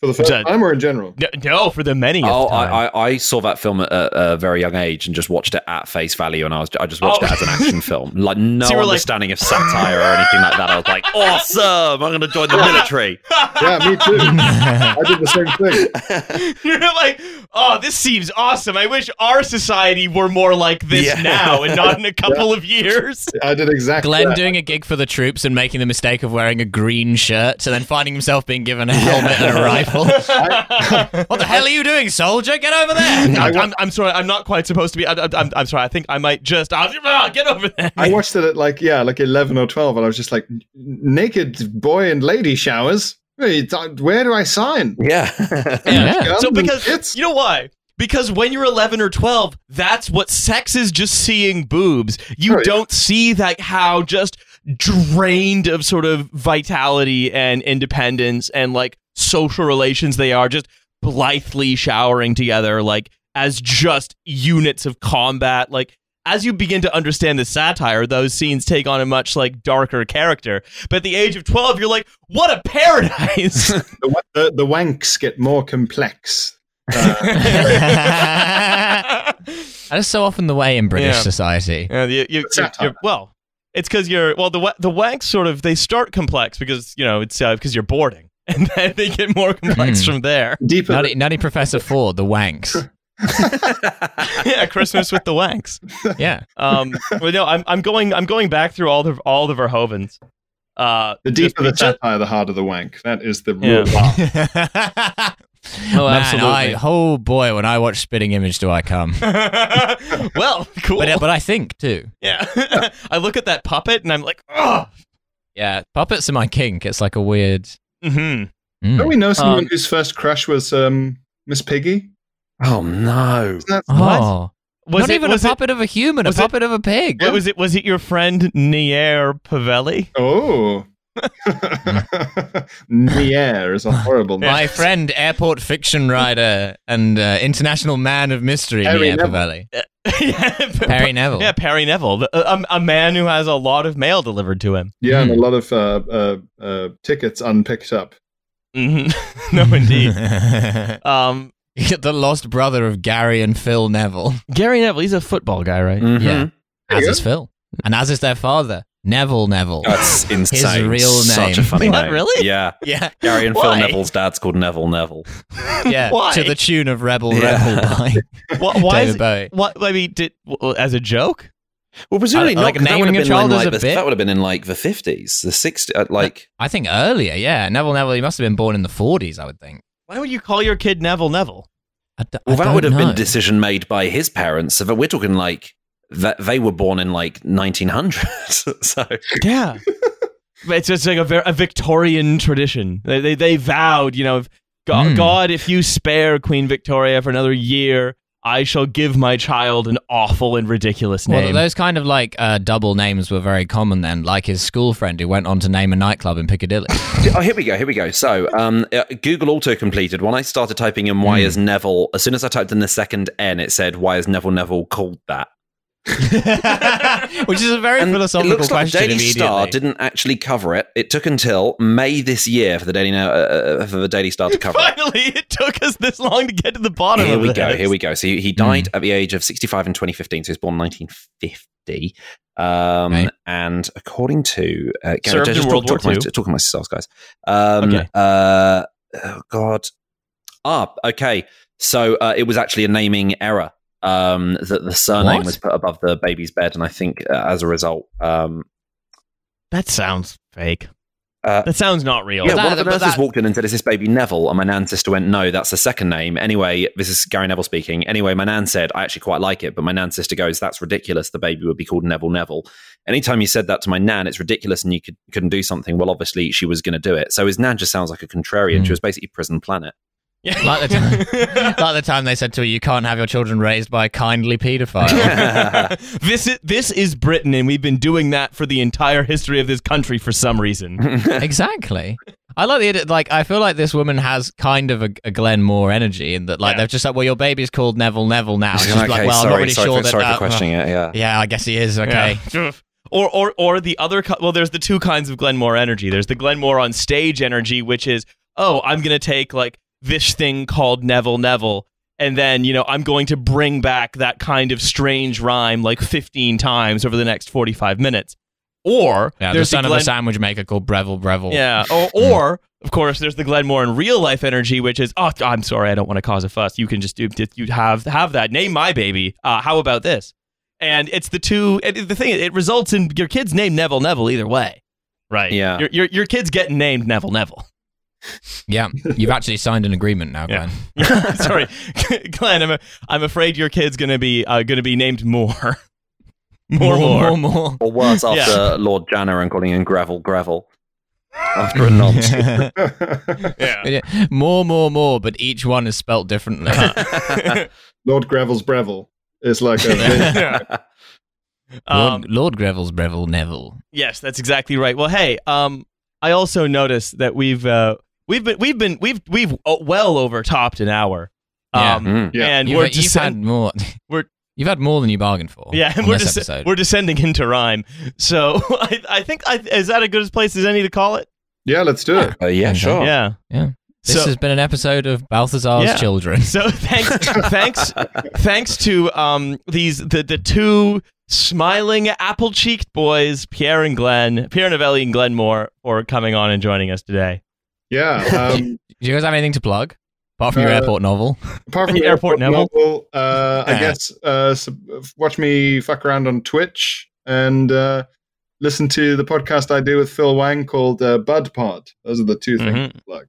D: For the first
C: Dead.
D: time or in general?
C: No, no for the many.
B: Oh,
C: time.
B: I, I, I saw that film at a, a very young age and just watched it at face value, and I was I just watched
C: Oh.
B: it as an action film, like no
C: So you were like-
B: understanding of satire or anything like that. I was like, awesome! I'm going to join the military.
D: Yeah, me too. I did the same thing.
C: You're like, oh, this seems awesome. I wish our society were more like this
B: Yeah.
C: now and not in a couple of years.
D: I did exactly.
E: Glenn
D: that.
E: doing a gig for the troops and making the mistake of wearing a green shirt and then finding himself being given a helmet and a rifle. what the hell are you doing, soldier? Get over there!
C: I'm, I'm, I'm sorry, I'm not quite supposed to be. I, I, I'm, I'm sorry. I think I might just ah, get over that.
D: I watched it at like yeah, like eleven or twelve, and I was just like, "N- naked boy and lady showers. Wait, th- Where do I sign?
B: Yeah,
E: Yeah.
C: So
D: Gum and
C: because
D: tits?
C: you know why? Because when you're 11 or 12, that's what sex is just seeing boobs. You
D: Oh, yeah.
C: don't see that how just drained of sort of vitality and independence and like social relations they are just blithely showering together like as just units of combat like as you begin to understand the satire, those scenes take on a much like darker character. But at the age of twelve, you're like, "What a paradise!"
D: The, wa- the, the wanks get more complex. Uh,
E: that is so often the way in British
C: Yeah.
E: society.
C: Yeah, you, you,
D: It's
C: you-
D: satire.
C: you're- well, it's because you're well the wa- the wanks sort of they start complex because you know it's because you're boarding and then they get more complex
E: Hmm.
C: from there.
D: deeper.
E: Nutty, Nutty Professor Ford, the wanks.
C: yeah, Christmas with the wanks.
E: Yeah.
C: Um, well, no, I'm I'm going I'm going back through all the all the Verhovens. Uh,
D: the
C: just
D: deeper the
C: be-
D: satire, the harder the wank. That is the
C: Yeah.
D: rule. Wow.
E: Oh, Man,
C: absolutely.
E: I, oh boy, when I watch Spitting Image, do I come.
C: well, cool.
E: But, but I think too.
C: yeah, I look at that puppet and I'm like, oh.
E: Yeah, puppets are my kink. It's like a weird.
C: hmm
E: Mm.
D: Don't we know someone
C: Um,
D: whose first crush was um, Miss Piggy?
B: Oh no!
D: Is that-
E: Oh,
C: Was
E: not
C: it,
E: even a
C: was it-
E: puppet of a human, a
C: was it-
E: puppet of a pig.
C: what was it? Was it your friend Nier Pavelli?
D: Oh. Nier is a horrible name.
E: My friend, airport fiction writer and uh, international man of mystery,
D: Harry
E: Pierre
D: Neville.
E: Pavelli.
C: yeah, Pa-
E: Perry Neville.
C: yeah, Perry Neville, the- a, a man who has a lot of mail delivered to him.
D: Yeah, and a lot of uh, uh, uh, tickets unpicked up.
C: hmm no, indeed. Um,
E: the lost brother of Gary and Phil Neville.
C: Gary Neville, he's a football guy, right?
B: Mhm.
E: Yeah.
D: There
E: As
D: you
E: is Phil. And as is their father, Neville Neville.
B: That's insane.
E: real
B: Such a
E: name.
B: funny
C: What,
B: name.
C: really?
B: Yeah.
E: yeah,
B: Gary and Phil
C: Why?
B: Neville's dad's called Neville Neville.
E: yeah.
C: Why?
E: To the tune of Rebel
B: Yeah.
E: Rebel by
C: Why, why
E: Mm-hmm. David
C: is it,
E: Bowie.
C: what? I mean, did well, as a joke?
B: Well, presumably
E: I-
B: not.
E: like
B: 'cause that would
E: naming a
B: have been
E: child
B: in,
E: as
B: like
E: a
B: the,
E: bit?
B: that would have been in like the fifties, the sixties. Like,
E: I think earlier, yeah. Neville Neville, he must have been born in the 40s, I would think.
C: Why would you call your kid Neville Neville?
E: I d- I
B: well, that
E: don't
B: would have been
E: know.
B: a decision made by his parents. So that we're talking like that they were born in like 1900. so
C: Yeah. it's just like a, ver- a Victorian tradition. They, they, they vowed, you know, if God,
E: Hmm.
C: God, if you spare Queen Victoria for another year, I shall give my child an awful and ridiculous
E: Well,
C: name.
E: those kind of like uh, double names were very common then, like his school friend who went on to name a nightclub in Piccadilly.
B: oh, here we go. Here we go. So um, uh, Google auto completed. When I started typing in
E: Hmm.
B: why is Neville, as soon as I typed in the second N, it said why is Neville Neville called that?
E: Which is a very
B: And it
E: philosophical
B: looks like the
E: question.
B: Daily Star
E: immediately.
B: didn't actually cover it. It took until May this year for the Daily No- uh, uh, for the Daily Star to cover it.
C: Finally, it took us this long to get to the bottom
B: Here
C: of Hmm.
B: we
C: this.
B: go. Here we go. So he, he died at the age of 65 in 2015. So he was born 1950. Um,
E: Okay.
B: And according to uh,
C: Served in
B: just
C: World
B: talk, talk
C: War
B: my-
C: Two.
B: talking myself, guys. Um,
C: Okay.
B: uh, oh God. Ah, okay. So uh, it was actually a naming error. Um, that the surname
E: What?
B: was put above the baby's bed, and I think uh, as a result, um,
C: That sounds fake.
B: uh,
C: That sounds not real.
B: yeah,
E: That-
B: one of the
E: but
B: nurses
E: that-
B: walked in and said, "Is this baby Neville?" And my nan sister went, "No, that's the second name." Anyway, this is Gary Neville speaking. Anyway, my nan said, "I actually quite like it," but my nan sister goes, "That's ridiculous. The baby would be called Neville Neville." Anytime you said that to my nan, it's ridiculous, and you could, couldn't do something. Well, obviously, she was going to do it. So his nan just sounds like a contrarian.
E: Hmm.
B: She was basically prison planet.
E: Like the time, like the time they said to her, "You can't have your children raised by a kindly paedophile."
C: this is this is Britain, and we've been doing that for the entire history of this country for some reason.
E: exactly. I like the idea. Like, I feel like this woman has kind of a, a Glenn Moore energy in that, like,
C: Yeah.
E: they're just like, "Well, your baby's called Neville Neville now." She's
B: okay,
E: like, "Well,
B: sorry,
E: I'm not really
B: sorry,
E: sure
B: for,
E: that."
B: sorry
E: that-
B: for questioning it. Yeah.
E: yeah, I guess he is. Okay.
C: Yeah. Or, or, or the other, co- well, there's the two kinds of Glenmore energy. There's the Glenmore on stage energy, which is, oh, I'm going to take like this thing called Neville Neville, and then, you know, I'm going to bring back that kind of strange rhyme like 15 times over the next 45 minutes. Or
E: Yeah, the
C: there's
E: son
C: the
E: of a
C: Glen-
E: sandwich maker called Breville Breville.
C: Yeah. Or, or of course, there's the Glenmore in real life energy, which is, oh, I'm sorry, I don't want to cause a fuss. You can just do, just- you have have that. Name my baby. Uh, how about this? And it's the two. It, the thing it results in your kid's name Neville Neville either way, right?
B: Yeah.
C: Your your, your kid's getting named Neville Neville.
E: yeah. You've actually signed an agreement now,
C: Yeah.
E: Glenn.
C: sorry, Glenn. I'm a, I'm afraid your kid's gonna be uh, gonna be named Moore. More, more,
E: more, more.
B: Or worse,
C: Yeah.
B: after Lord Janner and calling him Gravel Gravel after a nod.
C: Yeah.
E: Yeah. More, more, more, but each one is spelt differently.
D: Lord Gravel's Breville is like a.
C: Um,
E: Lord, Lord Greville's Breville Neville.
C: Yes, that's exactly right. Well, hey, um, I also noticed that we've uh, we've been we've been we've we've uh, well overtopped an hour.
E: Yeah. Mm-hmm.
C: Um,
B: Mm.
D: Yeah.
C: and
E: you've,
C: we're
E: you've had
C: descend-
E: more.
C: we're-
E: you've had more than you bargained for.
C: yeah,
E: on
C: and we're
E: this
C: des-
E: episode.
C: we're descending into rhyme. So I, I think I, is that a good place as any to call it?
D: yeah, let's do it.
B: Uh, yeah,
E: Okay.
B: sure.
C: Yeah.
E: Oh. Yeah. this
C: So
E: has been an episode of Balthazar's
C: Yeah.
E: Children.
C: so thanks thanks thanks to um these the the two smiling apple cheeked boys Pierre and Glenn Pierre Novelli and Glenn Moore for coming on and joining us today.
D: Yeah. Um,
E: Do you guys have anything to plug apart from your
D: Uh,
E: airport novel?
D: apart from
C: The Airport Neville.
D: Neville, uh, I guess uh, sub- watch me fuck around on Twitch and uh, listen to the podcast I do with Phil Wang called uh, Bud Pod. Those are the two things.
C: Mhm.
E: Mm-hmm.
D: to plug.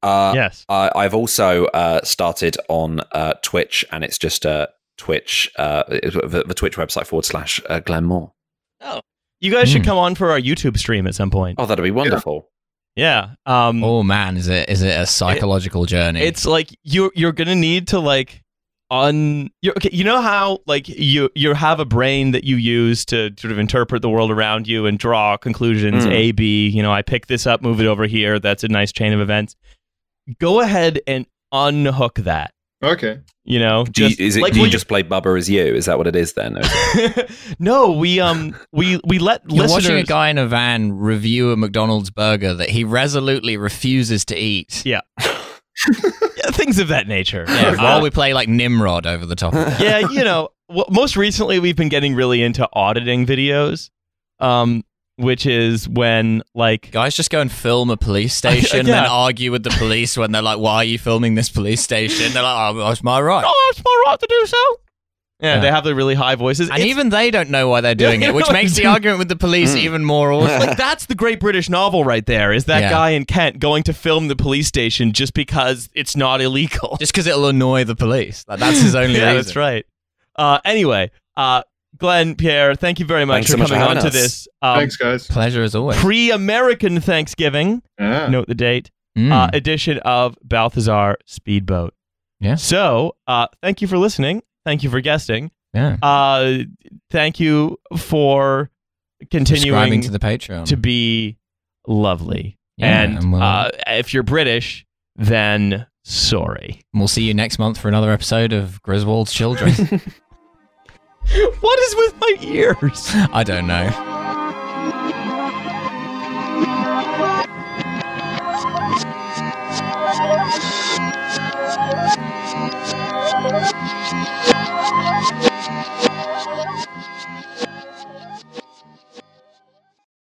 B: Uh,
C: yes.
B: I I've also uh, started on uh, Twitch, and it's just uh, Twitch, uh, the, the Twitch website forward slash uh, Glenmore.
C: You guys should
E: Hmm.
C: come on for our YouTube stream at some point.
B: Oh, that'd be wonderful.
C: Yeah. Um,
E: Oh man, is it is it a psychological journey?
C: It's like you're you're gonna need to like un you're, okay. You know how like you you have a brain that you use to sort of interpret the world around you and draw conclusions.
B: Mm.
C: A B. You know, I pick this up, move it over here. That's a nice chain of events. Go ahead and unhook that.
D: Okay.
C: You know,
B: Do you, is it, do
C: well,
B: you just play Bubba as you? Is that what it is then?
C: no. We um we we let
E: You're watching a
C: listeners.
E: guy in a van review a McDonald's burger that he resolutely refuses to eat.
C: Yeah, things of that nature.
E: Yeah,
C: Uh,
E: while we play like Nimrod over the top. of it.
C: yeah, you know, well, most recently we've been getting really into auditing videos, um, which is when like
E: Guys just go and film a police station and then
C: Yeah.
E: argue with the police when they're like, "Why are you filming this police station?" They're like, "Oh, it's my right."
C: oh, it's my right to do so. Yeah,
E: Yeah.
C: they have the really high voices,
E: And
C: It's-
E: even they don't know why they're doing it, which makes the argument with the police even more awful.
C: like that's the great British novel right there. Is that
E: Yeah.
C: guy in Kent going to film the police station just because it's not illegal?
E: Just because it'll annoy the police. Like, that's his only
C: yeah,
E: reason.
C: that's right. Uh, anyway, uh, Glenn Pierre, thank you very much
B: Thanks so
C: for
B: much for
C: coming on
B: having
C: to
B: us.
C: this um,
D: Thanks, guys.
E: Pleasure as always.
C: pre-American Thanksgiving.
D: Yeah.
C: Note the date.
E: Mm.
C: uh, edition of Balthazar Speedboat.
E: Yeah.
C: So, uh, thank you for listening. Thank you for guesting.
E: yeah.
C: Uh, thank you for
E: Subscribing
C: continuing
E: to the Patreon.
C: to be lovely.
E: Yeah,
C: and
E: and we'll-
C: uh, if you're British, then sorry.
E: And we'll see you next month for another episode of Griswold's Children.
C: What is with my ears?
E: I don't know.